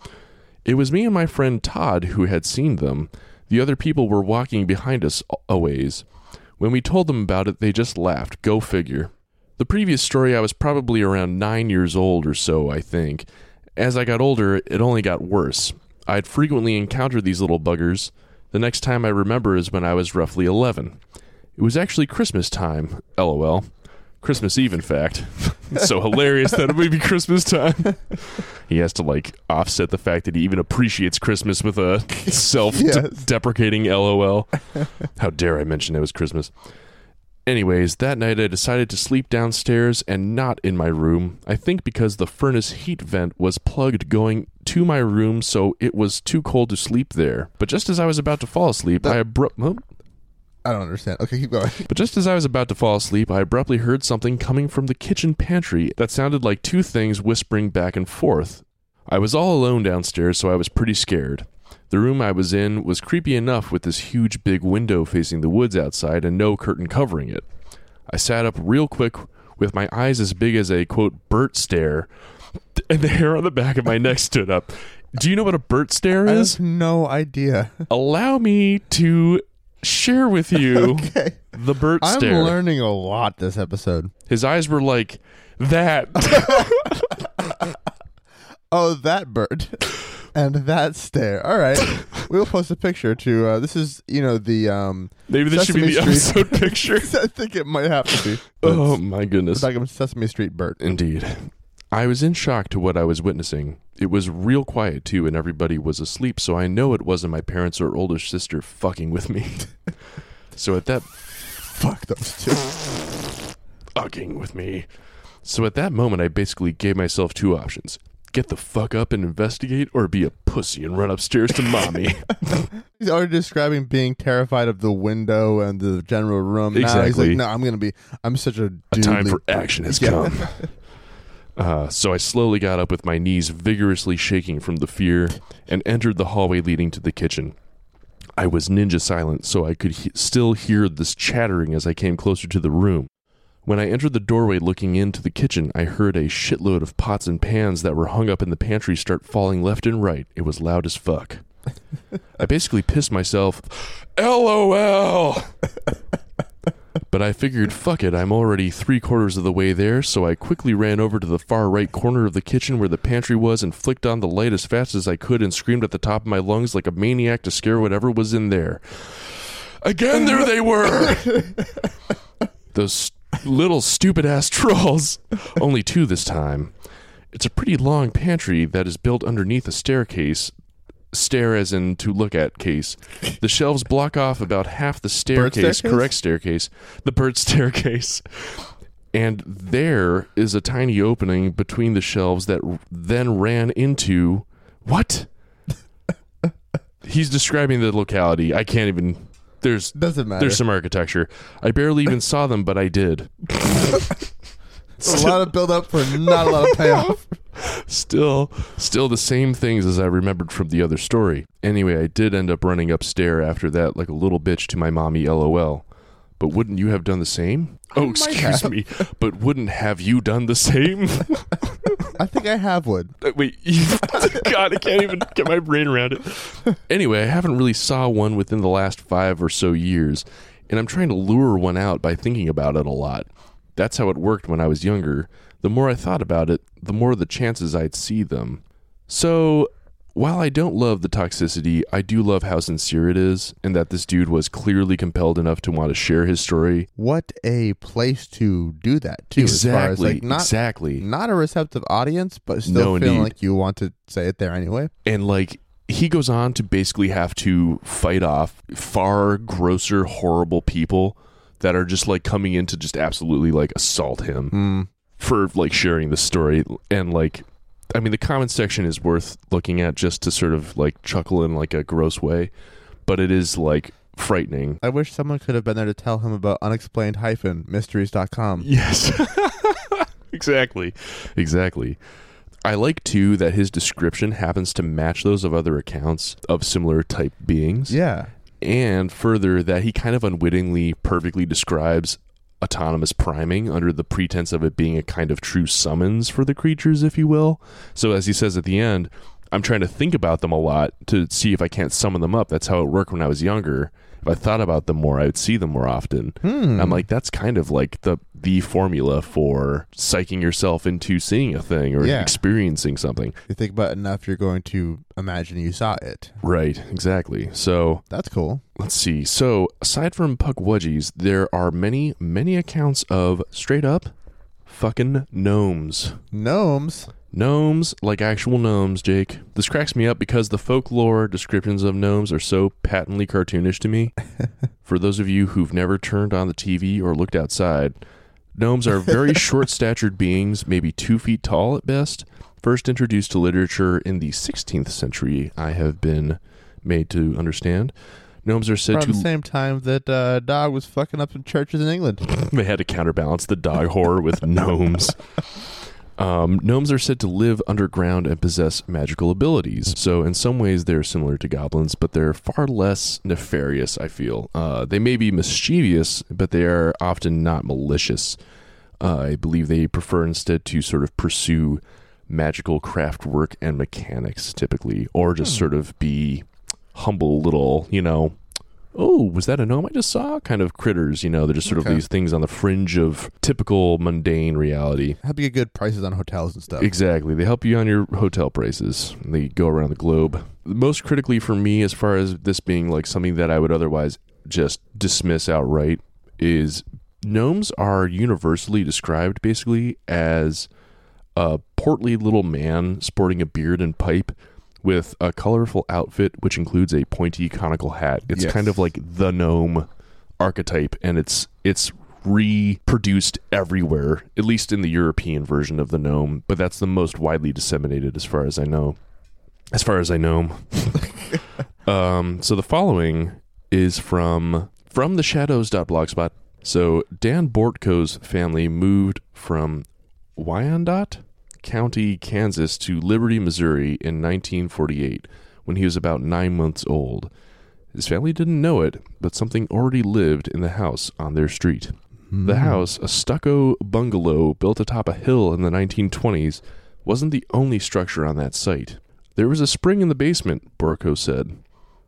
It was me and my friend Todd who had seen them. The other people were walking behind us a- a ways. When we told them about it, they just laughed. Go figure. The previous story, I was probably around nine years old or so, I think. As I got older, it only got worse. I'd frequently encountered these little buggers. The next time I remember is when I was roughly 11. It was actually Christmas time, lol. Christmas Eve, in fact. it's so hilarious that it would be Christmas time. he has to, like, offset the fact that he even appreciates Christmas with a self deprecating lol. How dare I mention it was Christmas? Anyways, that night I decided to sleep downstairs and not in my room. I think because the furnace heat vent was plugged going to my room, so it was too cold to sleep there. But just as I was about to fall asleep, I abrupt. I don't understand. Okay, keep going. But just as I was about to fall asleep, I abruptly heard something coming from the kitchen pantry that sounded like two things whispering back and forth. I was all alone downstairs, so I was pretty scared. The room I was in was creepy enough with this huge big window facing the woods outside and no curtain covering it. I sat up real quick with my eyes as big as a quote Bert stare, (laughs) and the hair on the back of my neck stood up. Do you know what a Bert stare I is? have no idea. (laughs) Allow me to share with you (laughs) okay. the Bert I'm stare. learning a lot this episode. His eyes were like (laughs) that. Oh, (laughs) that bird. and that stare. All right. we'll post a picture to uh, this is, you know, the um (laughs) Maybe this should be the Sesame Street. episode (laughs) picture. I think it might have to be. oh That's- my goodness. It's like a Sesame Street bird. Indeed. I was in shock to what I was witnessing. It was real quiet, too, and everybody was asleep, so I know it wasn't my parents or older sister fucking with (laughs) me. so at that Fuck those two. fucking with me. So at that moment, I basically gave myself two options get the fuck up and investigate, or be a pussy and run upstairs to (laughs) mommy. He's already describing being terrified of the window and the general room. Now he's Exactly. like, no, I'm gonna be. I'm such a dude. The time that- for action has Yeah. (laughs) come. Uh, so I slowly got up with my knees vigorously shaking from the fear and entered the hallway leading to the kitchen. I was ninja silent, so I could he- still hear this chattering as I came closer to the room. When I entered the doorway looking into the kitchen, I heard a shitload of pots and pans that were hung up in the pantry start falling left and right. It was loud as (laughs) fuck. I basically pissed myself. LOL! But I figured, fuck it, I'm already three quarters of the way there, so I quickly ran over to the far right corner of the kitchen where the pantry was and flicked on the light as fast as I could and screamed at the top of my lungs like a maniac to scare whatever was in there. Again, there they were! (laughs) Those little stupid ass trolls. Only two this time. It's a pretty long pantry that is built underneath a staircase. Stair as in to look at case. The shelves block off about half the staircase, staircase? correct staircase, the bird (laughs) staircase. And there is a tiny opening between the shelves that r- then ran into what? He's describing the locality. I can't even. There's Doesn't matter. there's some architecture. I barely even saw them, but I did. a lot of build up for not a (laughs) lot of payoff. Still, still the same things as I remembered from the other story. Anyway, I did end up running upstairs after that like a little bitch to my mommy, lol. But wouldn't you have done the same? Oh, might excuse have. me. But wouldn't have you done the same? (laughs) I think I have one. Uh, Wait, (laughs) God, I can't even get my brain around it. Anyway, I haven't really saw one within the last five or so years, and I'm trying to lure one out by thinking about it a lot. That's how it worked when I was younger. The more I thought about it, the more the chances I'd see them. So, while I don't love the toxicity, I do love how sincere it is, and that this dude was clearly compelled enough to want to share his story. What a place to do that too. As far as like not exactly. not a receptive audience, but still No, feeling indeed. like you want to say it there anyway. and like he goes on to basically have to fight off far grosser horrible people that are just like coming in to just absolutely like assault him Mm. for like sharing the story and like i mean the comment section is worth looking at just to sort of like chuckle in like a gross way but it is like frightening I wish someone could have been there to tell him about unexplained hyphen mysteries.com. yes exactly exactly i like too that his description happens to match those of other accounts of similar type beings Yeah. and further that he kind of unwittingly perfectly describes autonomous priming under the pretense of it being a kind of true summons for the creatures if you will so as he says at the end i'm trying to think about them a lot to see if i can't summon them up that's how it worked when i was younger if i thought about them more i would see them more often Hmm. i'm like that's kind of like the the formula for psyching yourself into seeing a thing or Yeah. experiencing something you think about it enough, you're going to imagine you saw it. right exactly so That's cool. Let's see. So, aside from Puckwudgies, there are many, many accounts of straight up fucking gnomes. Gnomes. Gnomes, like actual gnomes, Jake. This cracks me up because the folklore descriptions of gnomes are so patently cartoonish to me. For those of you who've never turned on the TV or looked outside, gnomes are very short statured beings, maybe two feet tall at best. First introduced to literature in the 16th century, I have been made to understand. Gnomes are said Around to the same time that uh, dog (laughs) was fucking up some churches in England. they had to counterbalance the dog horror with gnomes. Um, gnomes are said to live underground and possess magical abilities. So, in some ways, they're similar to goblins, but they're far less nefarious, I feel. Uh, they may be mischievous, but they are often not malicious. Uh, I believe they prefer instead to sort of pursue magical craft work and mechanics, typically, or just sort of be humble little, you know, oh, was that a gnome I just saw? Kind of critters, you know, they're just sort Okay. of these things on the fringe of typical mundane reality. Help you get good prices on hotels and stuff. Exactly. They help you on your hotel prices. They go around the globe. Most critically for me, as far as this being like something that I would otherwise just dismiss outright, is gnomes are universally described basically as a portly little man sporting a beard and pipe with a colorful outfit which includes a pointy conical hat. It's Yes. kind of like the gnome archetype and it's it's reproduced everywhere at least in the european version of the gnome but that's the most widely disseminated as far as i know as far as i know um, so the following is from from the shadows.blogspot so dan bortko's family moved from wyandotte county kansas to liberty missouri in 1948 when he was about nine months old his family didn't know it, but something already lived in the house on their street. The house, a stucco bungalow built atop a hill in the 1920s, wasn't the only structure on that site. There was a spring in the basement, Burko said.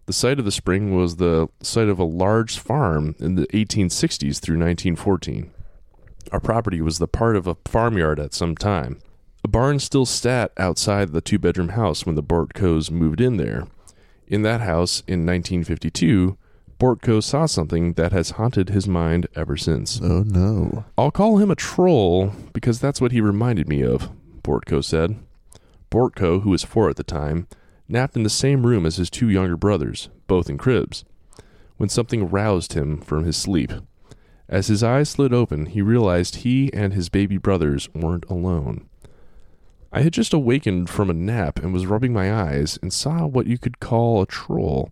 The site of the spring was the site of a large farm in the 1860s through 1914. Our property was the part of a farmyard at some time. A barn still sat outside the two bedroom house when the Bortcos moved in there. In that house in 1952, Bortko saw something that has haunted his mind ever since. Oh no. I'll call him a troll because that's what he reminded me of, Bortko said. Bortko, who was four at the time, napped in the same room as his two younger brothers, both in cribs, when something roused him from his sleep. As his eyes slid open, he realized he and his baby brothers weren't alone. I had just awakened from a nap and was rubbing my eyes and saw what you could call a troll.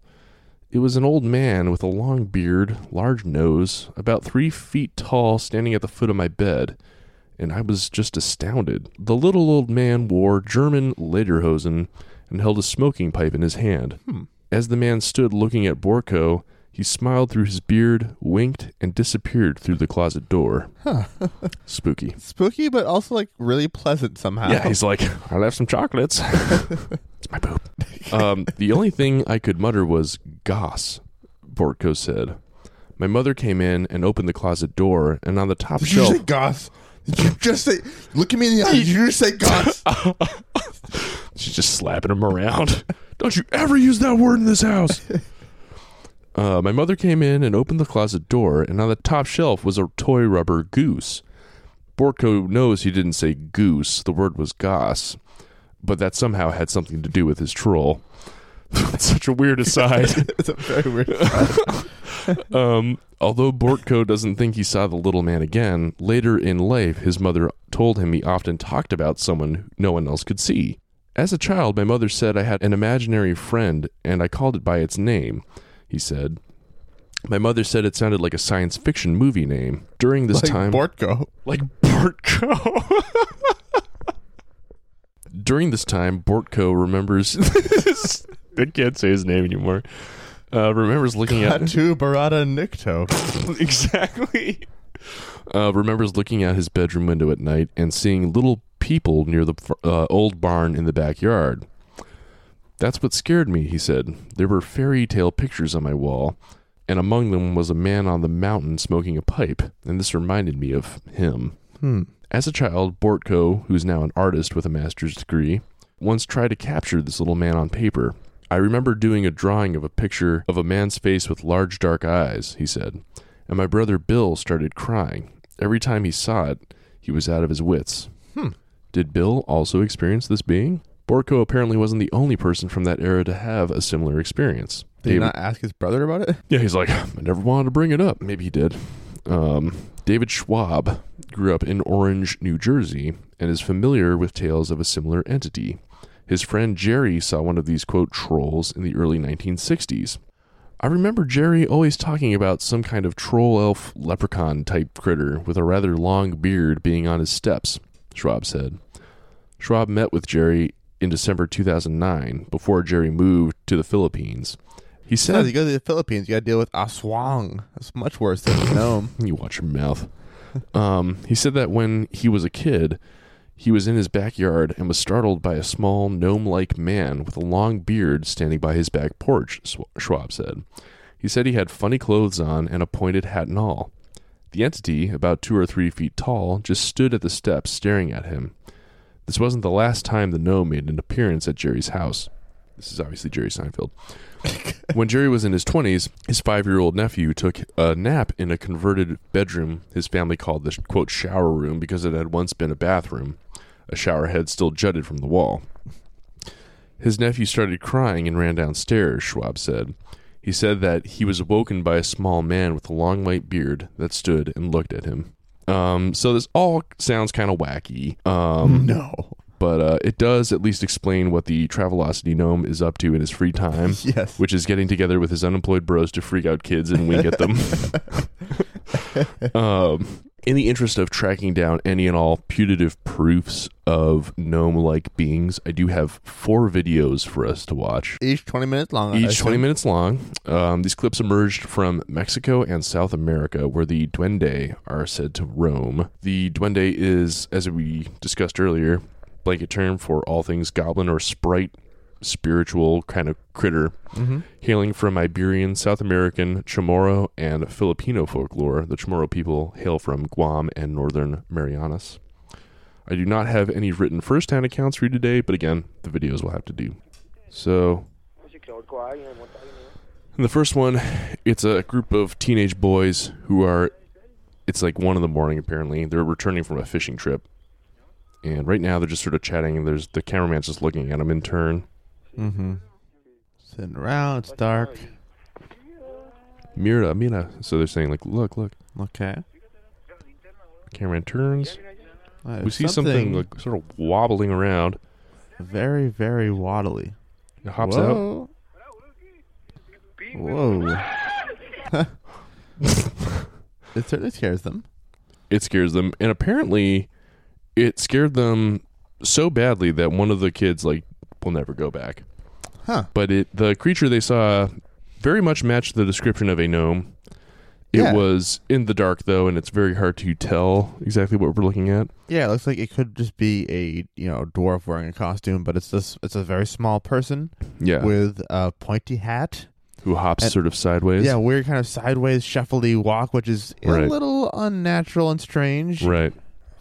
It was an old man with a long beard, large nose, about three feet tall, standing at the foot of my bed, and I was just astounded. The little old man wore German lederhosen and held a smoking pipe in his hand. As the man stood looking at Borko, he smiled through his beard, winked, and disappeared through the closet door. Spooky. Spooky, but also like really pleasant somehow. Yeah, he's like, (laughs) I left some chocolates. it's my poop. Um, the only thing I could mutter was goss, Bortko said. My mother came in and opened the closet door, and on the (laughs) top (laughs) Did you shelf, say goss? Did you just say? Look at me in the eye. Did you just say goss? she's just slapping him around. (laughs) Don't you ever use that word in this house. Uh, my mother came in and opened the closet door, and on the top shelf was a toy rubber goose. Bortko knows he didn't say goose, the word was goss, but that somehow had something to do with his troll. (laughs) Such a weird aside. (laughs) it's a very weird. Um, although Bortko doesn't think he saw the little man again, later in life, his mother told him he often talked about someone no one else could see. As a child, my mother said I had an imaginary friend, and I called it by its name, he said. My mother said it sounded like a science fiction movie name. During this Like time, Bortko. like Bortko. (laughs) During this time, Bortko (laughs) remembers. I can't say his name anymore. Uh, remembers looking at Tattoo Barada Nikto. exactly. Uh, remembers looking out his bedroom window at night and seeing little people near the fr- uh, old barn in the backyard. That's what scared me, he said. There were fairy tale pictures on my wall, and among them was a man on the mountain smoking a pipe, and this reminded me of him. Hmm. As a child, Bortko, who's now an artist with a master's degree, once tried to capture this little man on paper. I remember doing a drawing of a picture of a man's face with large dark eyes, he said, and my brother Bill started crying. Every time he saw it, he was out of his wits. Hmm. Did Bill also experience this being? Borko apparently wasn't the only person from that era to have a similar experience. Did he David- not ask his brother about it? yeah, he's like, I never wanted to bring it up. Maybe he did. Um, David Schwab grew up in Orange, New Jersey, and is familiar with tales of a similar entity. His friend Jerry saw one of these, quote, trolls in the early 1960s. I remember Jerry always talking about some kind of troll elf leprechaun type critter with a rather long beard being on his steps, Schwab said. Schwab met with Jerry in December 2009 before Jerry moved to the Philippines. He So said, you go to the Philippines, you got to deal with Aswang. That's much worse than Gnome. You watch your mouth. Um, he said that when he was a kid, he was in his backyard and was startled by a small gnome like man with a long beard standing by his back porch, Sw- Schwab said. He said he had funny clothes on and a pointed hat and all. The entity, about two or three feet tall, just stood at the steps staring at him. This wasn't the last time the gnome made an appearance at Jerry's house. This is obviously Jerry Seinfeld. when Jerry was in his 20s, his five year old nephew took a nap in a converted bedroom his family called the quote shower room because it had once been a bathroom. A shower head still jutted from the wall. His nephew started crying and ran downstairs, Schwab said. He said that he was awoken by a small man with a long white beard that stood and looked at him. Um, so this all sounds kind of wacky. Um, No. but uh, it does at least explain what the Travelocity gnome is up to in his free time, Yes. which is getting together with his unemployed bros to freak out kids and wink at them. um, in the interest of tracking down any and all putative proofs of gnome like beings, I do have four videos for us to watch. Each 20 minutes long. Uh, I Each 20 assume. minutes long. Um, these clips emerged from Mexico and South America, where the Duende are said to roam. The Duende is, as we discussed earlier, blanket term for all things goblin or sprite, spiritual kind of critter, Mm-hmm. hailing from Iberian, South American, Chamorro, and Filipino folklore. The Chamorro people hail from Guam and northern Marianas. I do not have any written first-hand accounts for you today, but again, the videos will have to do. So Kasi Cloud ko ay, yung monta yun. eh. and the first one, it's a group of teenage boys who are, it's like one in the morning apparently. They're returning from a fishing trip. And right now they're just sort of chatting, and there's the cameraman's just looking at them in turn. Mm-hmm. Sitting around, it's dark. Mira, Mira. So they're saying, like, look, look. Okay. Cameraman turns. Uh, We see something like sort of wobbling around. very, very waddly. It hops out. Whoa. Whoa. it certainly scares them. It scares them. And apparently it scared them so badly that one of the kids like will never go back. Huh. but it the creature they saw very much matched the description of a gnome. It Yeah. was in the dark though, and it's very hard to tell exactly what we're looking at. Yeah, it looks like it could just be a you know dwarf wearing a costume, but it's this it's a very small person Yeah, with a pointy hat. who hops and- sort of sideways. Yeah, weird kind of sideways shuffly walk, which is a Right. little unnatural and strange. right.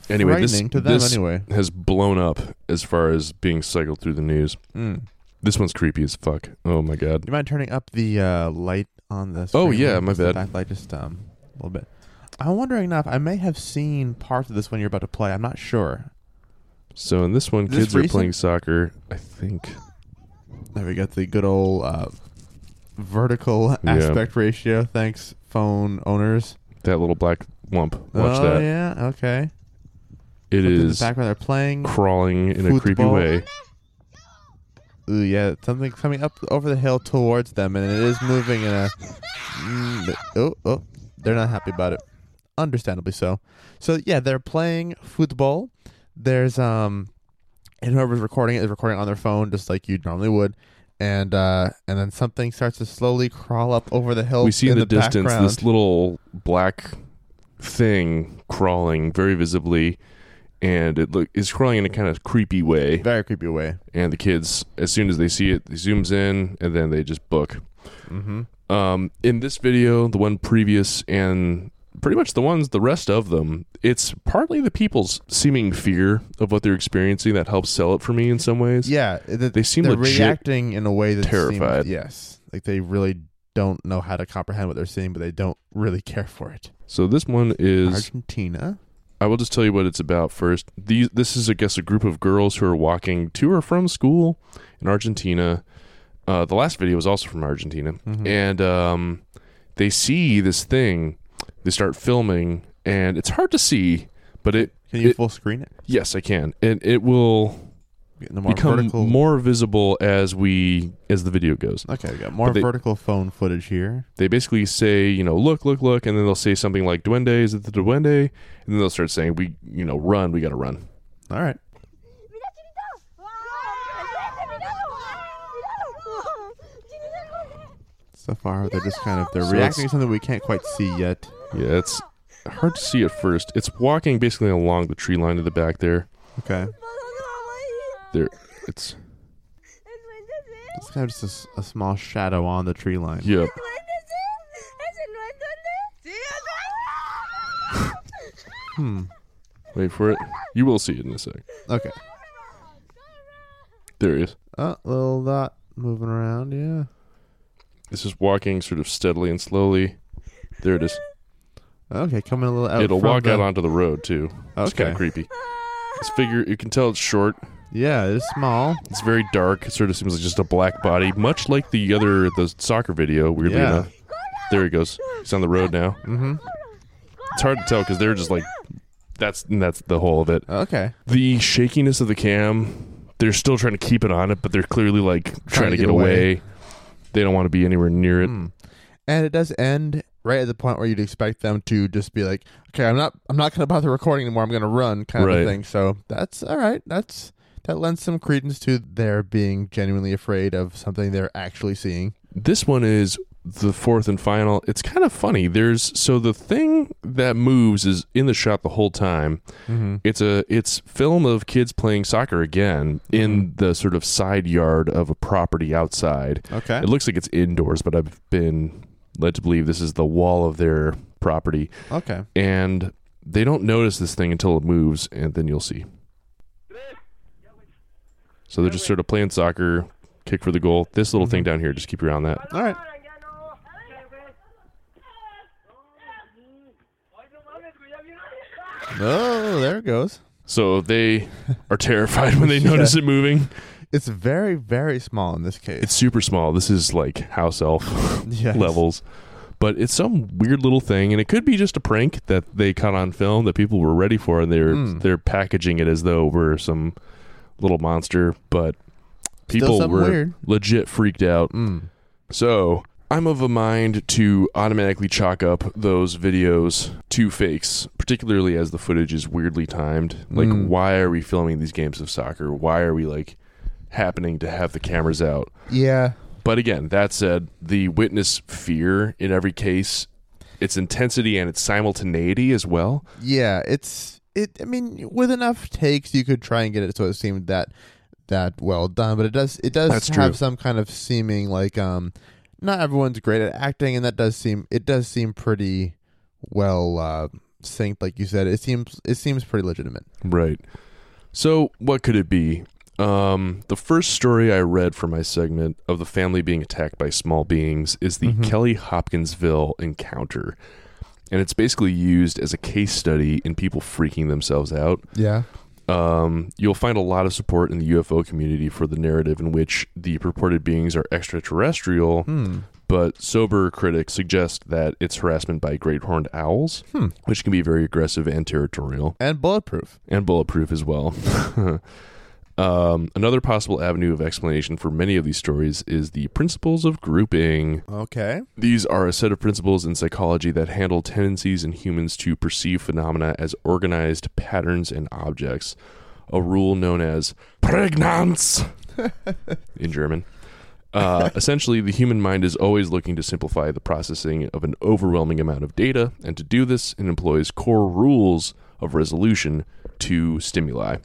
Anyway, this, Frightening to them this anyway. has blown up as far as being cycled through the news. Mm. This one's creepy as fuck. Oh my god. Do you mind turning up the uh, light on this? Oh, yeah, my bad. Backlight just um, a little bit. I'm wondering now if I may have seen parts of this when you're about to play. I'm not sure. So in this one, Is this kids are recent? playing soccer. I think. There we got the good old uh, vertical Yeah. aspect ratio. Thanks, phone owners. That little black lump. Watch oh, that. yeah, okay. It Something in the is background they're playing. crawling in a creepy Football. way. Ooh, yeah, something coming up over the hill towards them, and it is moving in a. Mm, oh, oh, they're not happy about it. Understandably so. So yeah, they're playing football. There's um, and whoever's recording it is recording on their phone, just like you normally would. And uh, and then something starts to slowly crawl up over the hill. we see in in the, distance background. this little black thing crawling very visibly and it look is crawling in a kind of creepy way very creepy way. and the kids as soon as they see it they zooms in and then they just book Mm-hmm. um, in this video the one previous and pretty much the ones the rest of them it's partly the people's seeming fear of what they're experiencing that helps sell it for me in some ways Yeah, th- They seem they're legit reacting in a way that terrified. Seems, yes, like they really don't know how to comprehend what they're seeing, but they don't really care for it. so this one is Argentina. I will just tell you what it's about first. These, this is, I guess, a group of girls who are walking to or from school in Argentina. Uh, the last video was also from Argentina, and um, they see this thing. They start filming, and it's hard to see, but it. Can you it- full screen it? yes, I can, and it will Get the more become vertical. more visible as we as the video goes. okay, we got more but they- vertical phone footage here. they basically say, you know, look, look, look, and then they'll say something like "Duende," is it the Duende? And then they'll start saying, "We, you know, run, we got to run." All right. so far. They're just kind of they're So reacting to it's- something we can't quite see yet. Yeah, it's hard to see at first. It's walking basically along the tree line to the back there. Okay, There, it's it's kind of just a s- a, small shadow on the tree line. yeah. Hmm. Wait for it. You will see it in a sec. Okay. There it is. Uh, little dot moving around. Yeah. It's just walking sort of steadily and slowly. There it is. Okay, coming a little out. It'll Oh, from walk the, out onto the road too. It's kind Okay. of creepy. This figure, you can tell it's short. Yeah, it's small. It's very dark. It sort of seems like just a black body, much like the other the soccer video. Weirdly Yeah. enough, there he goes. He's on the road now. Mm-hmm. It's hard to tell because they're just like that's and that's the whole of it. Okay. The shakiness of the cam. They're still trying to keep it on it, but they're clearly like trying, to get, away. They don't want to be anywhere near it. Hmm. And it does end right at the point where you'd expect them to just be like, "Okay, I'm not, I'm not going to bother recording anymore. I'm going to run," kind of Right. a thing. So that's all right. That's that lends some credence to their being genuinely afraid of something they're actually seeing. This one is the fourth and final. It's kind of funny. There's so the thing that moves is in the shot the whole time. Mm-hmm. It's a it's film of kids playing soccer again in the sort of side yard of a property outside. Okay. It looks like it's indoors, but I've been led to believe this is the wall of their property Okay. and they don't notice this thing until it moves and then you'll see. So they're just sort of playing soccer, kick for the goal. This little thing down here, just keep your eye on that. All right. Oh, there it goes. So they are terrified when they notice it moving. It's very, very small in this case. It's super small. This is like house elf (laughs) Yes. levels. But it's some weird little thing, and it could be just a prank that they caught on film that people were ready for, and they're Mm. they're packaging it as though we're some little monster. But people something were weird. legit freaked out. Mm. So I'm of a mind to automatically chalk up those videos to fakes, particularly as the footage is weirdly timed. Like, Mm. why are we filming these games of soccer? Why are we like happening to have the cameras out? Yeah. But again, that said, the witness fear in every case, its intensity and its simultaneity as well. Yeah, it's it. I mean, with enough takes, you could try and get it so it seemed that that well done. But it does it does That's have true. some kind of seeming like um, not everyone's great at acting, and that does seem it does seem pretty well uh, synced, like you said. It seems it seems pretty legitimate. Right. So, what could it be? Um, the first story I read for my segment of the family being attacked by small beings is the Kelly Hopkinsville encounter. And it's basically used as a case study in people freaking themselves out. Yeah. Um, you'll find a lot of support in the UFO community for the narrative in which the purported beings are extraterrestrial, Hmm. but sober critics suggest that it's harassment by great horned owls, Hmm. which can be very aggressive and territorial And bulletproof. and bulletproof as well. (laughs) um, another possible avenue of explanation for many of these stories is the principles of grouping. Okay. These are a set of principles in psychology that handle tendencies in humans to perceive phenomena as organized patterns and objects, a rule known as Prägnanz in German. Uh, (laughs) essentially, the human mind is always looking to simplify the processing of an overwhelming amount of data, and to do this, it employs core rules of resolution to stimuli.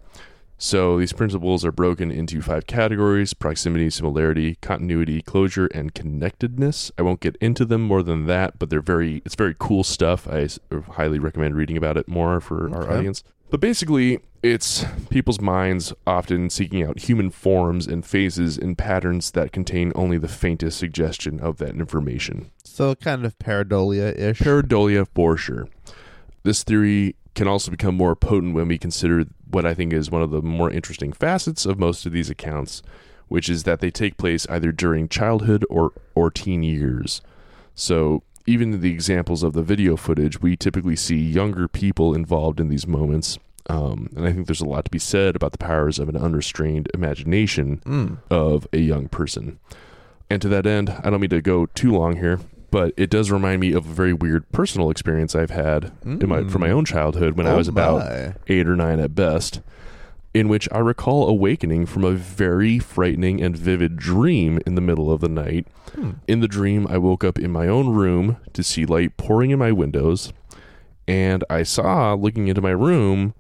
So, these principles are broken into five categories proximity, similarity, continuity, closure, and connectedness. I won't get into them more than that, but they're very, it's very cool stuff. I s- highly recommend reading about it more for our Okay. audience. But basically, it's people's minds often seeking out human forms and faces and patterns that contain only the faintest suggestion of that information. So kind of pareidolia ish. Pareidolia for sure. This theory can also become more potent when we consider what I think is one of the more interesting facets of most of these accounts, which is that they take place either during childhood or, or teen years. So, even in the examples of the video footage, we typically see younger people involved in these moments. Um, and I think there's a lot to be said about the powers of an unrestrained imagination Mm. of a young person. And to that end, I don't mean to go too long here, but it does remind me of a very weird personal experience I've had in my, from my own childhood when I Oh was about my. eight or nine at best. in which I recall awakening from a very frightening and vivid dream in the middle of the night. In the dream, I woke up in my own room to see light pouring in my windows, and I saw, looking into my room,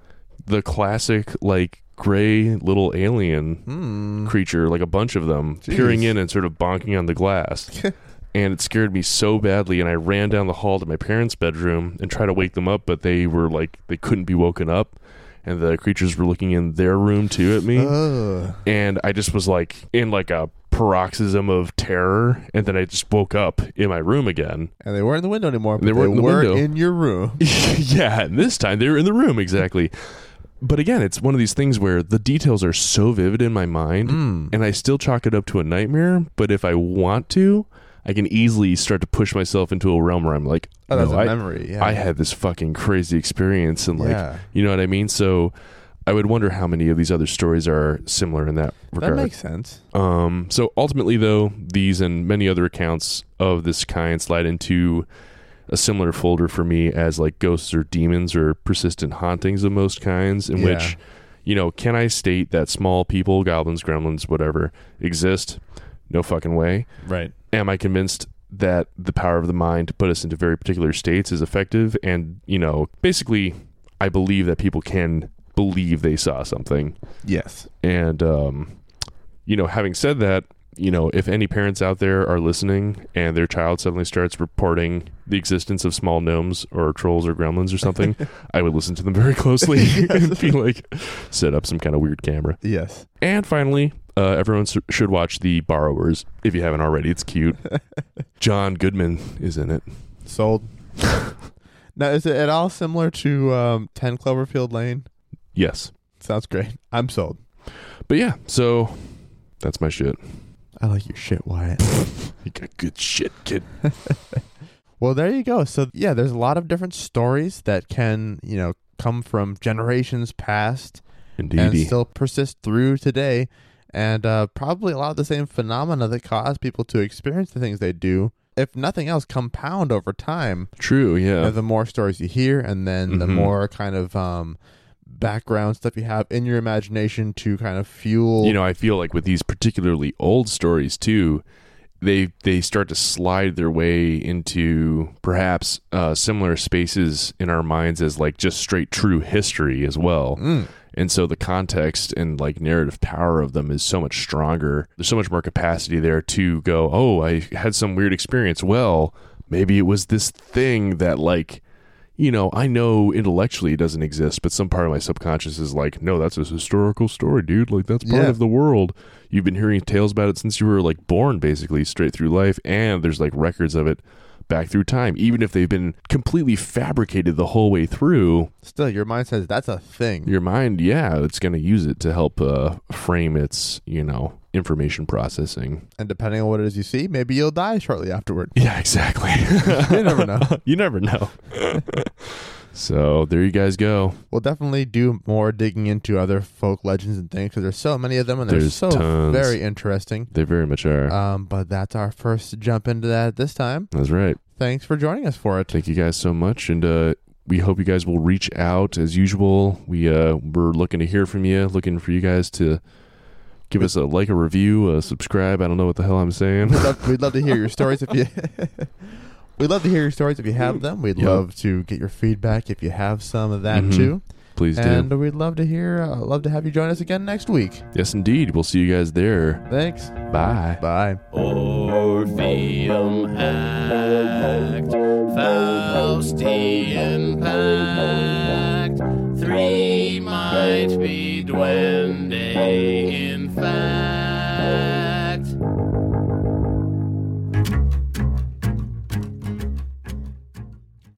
the classic, like, gray little alien Hmm. creature, like a bunch of them, peering in and sort of bonking on the glass. and it scared me so badly, and I ran down the hall to my parents' bedroom and tried to wake them up, but they were like they couldn't be woken up, and the creatures were looking in their room too at me, Uh. Ugh. and I just was like in like a paroxysm of terror, and then I just woke up in my room again. And they weren't in the window anymore. But They weren't in the window. in your room. (laughs) yeah, and this time they were in the room exactly. But again, it's one of these things where the details are so vivid in my mind, Hmm. and I still chalk it up to a nightmare. But if I want to, I can easily start to push myself into a realm where I'm like, Oh, that's "No, a I- memory. Yeah. I had this fucking crazy experience, and like, Yeah. you know what I mean. So, I would wonder how many of these other stories are similar in that that regard. makes sense. Um, so ultimately, though, these and many other accounts of this kind slide into a similar folder for me as like ghosts or demons or persistent hauntings of most kinds, in Yeah. which, you know, can I state that small people, goblins, gremlins, whatever, exist? No fucking way. Right. Am I convinced that the power of the mind to put us into very particular states is effective? And, you know, basically, I believe that people can believe they saw something. Yes. And um, you know, having said that, you know, if any parents out there are listening and their child suddenly starts reporting the existence of small gnomes or trolls or gremlins or something, I would listen to them very closely (laughs) and be like, set up some kind of weird camera. (laughs) Yes. And finally, uh, everyone s- should watch The Borrowers if you haven't already. It's cute. John Goodman is in it. Sold. (laughs) now, is it at all similar to um, 10 Cloverfield Lane? Yes. Sounds great. I'm sold. But yeah, so that's my shit. I like your shit, Wyatt. You got good shit, kid. Well, there you go. So, yeah, there's a lot of different stories that can, you know, come from generations past and Indeedy. still persist through today. And uh, probably a lot of the same phenomena that cause people to experience the things they do, if nothing else, compound over time. True, You know, yeah. the more stories you hear, and then the Mhm. more kind of um, background stuff you have in your imagination to kind of fuel. you know, I feel like with these particularly old stories too, they they start to slide their way into perhaps uh, similar spaces in our minds as like just straight true history as well. Mm. And so the context and like narrative power of them is so much stronger. There's so much more capacity there to go, oh, I had some weird experience. Well, maybe it was this thing that like, you know, I know intellectually it doesn't exist, but some part of my subconscious is like, no, that's a historical story, dude. Like that's part Yeah. of the world. You've been hearing tales about it since you were like born basically straight through life and there's like records of it back through time even if they've been completely fabricated the whole way through Still, your mind says that's a thing. your mind yeah it's going to use it to help uh, frame its you know information processing and depending on what it is you see, maybe you'll die shortly afterward. (laughs) yeah exactly (laughs) you never know. you never know (laughs) so there you guys go We'll definitely do more digging into other folk legends and things because there's so many of them and they're There's so tons. very interesting. they very much are Um, but that's our first jump into that this time. that's right Thanks for joining us for it. thank you guys so much and uh we hope you guys will reach out as usual we uh we're looking to hear from you looking for you guys to give us a like a review a subscribe i don't know what the hell i'm saying (laughs) We'd love, we'd love to hear your stories if you. (laughs) we'd love to hear your stories if you have them. We'd Yep. love to get your feedback if you have some of that Mhm. too. please And do we'd love to hear. Uh, love to have you join us again next week. yes indeed we'll see you guys there Thanks. bye Bye. Orpheum Act, Faustian Pact, three might be Duende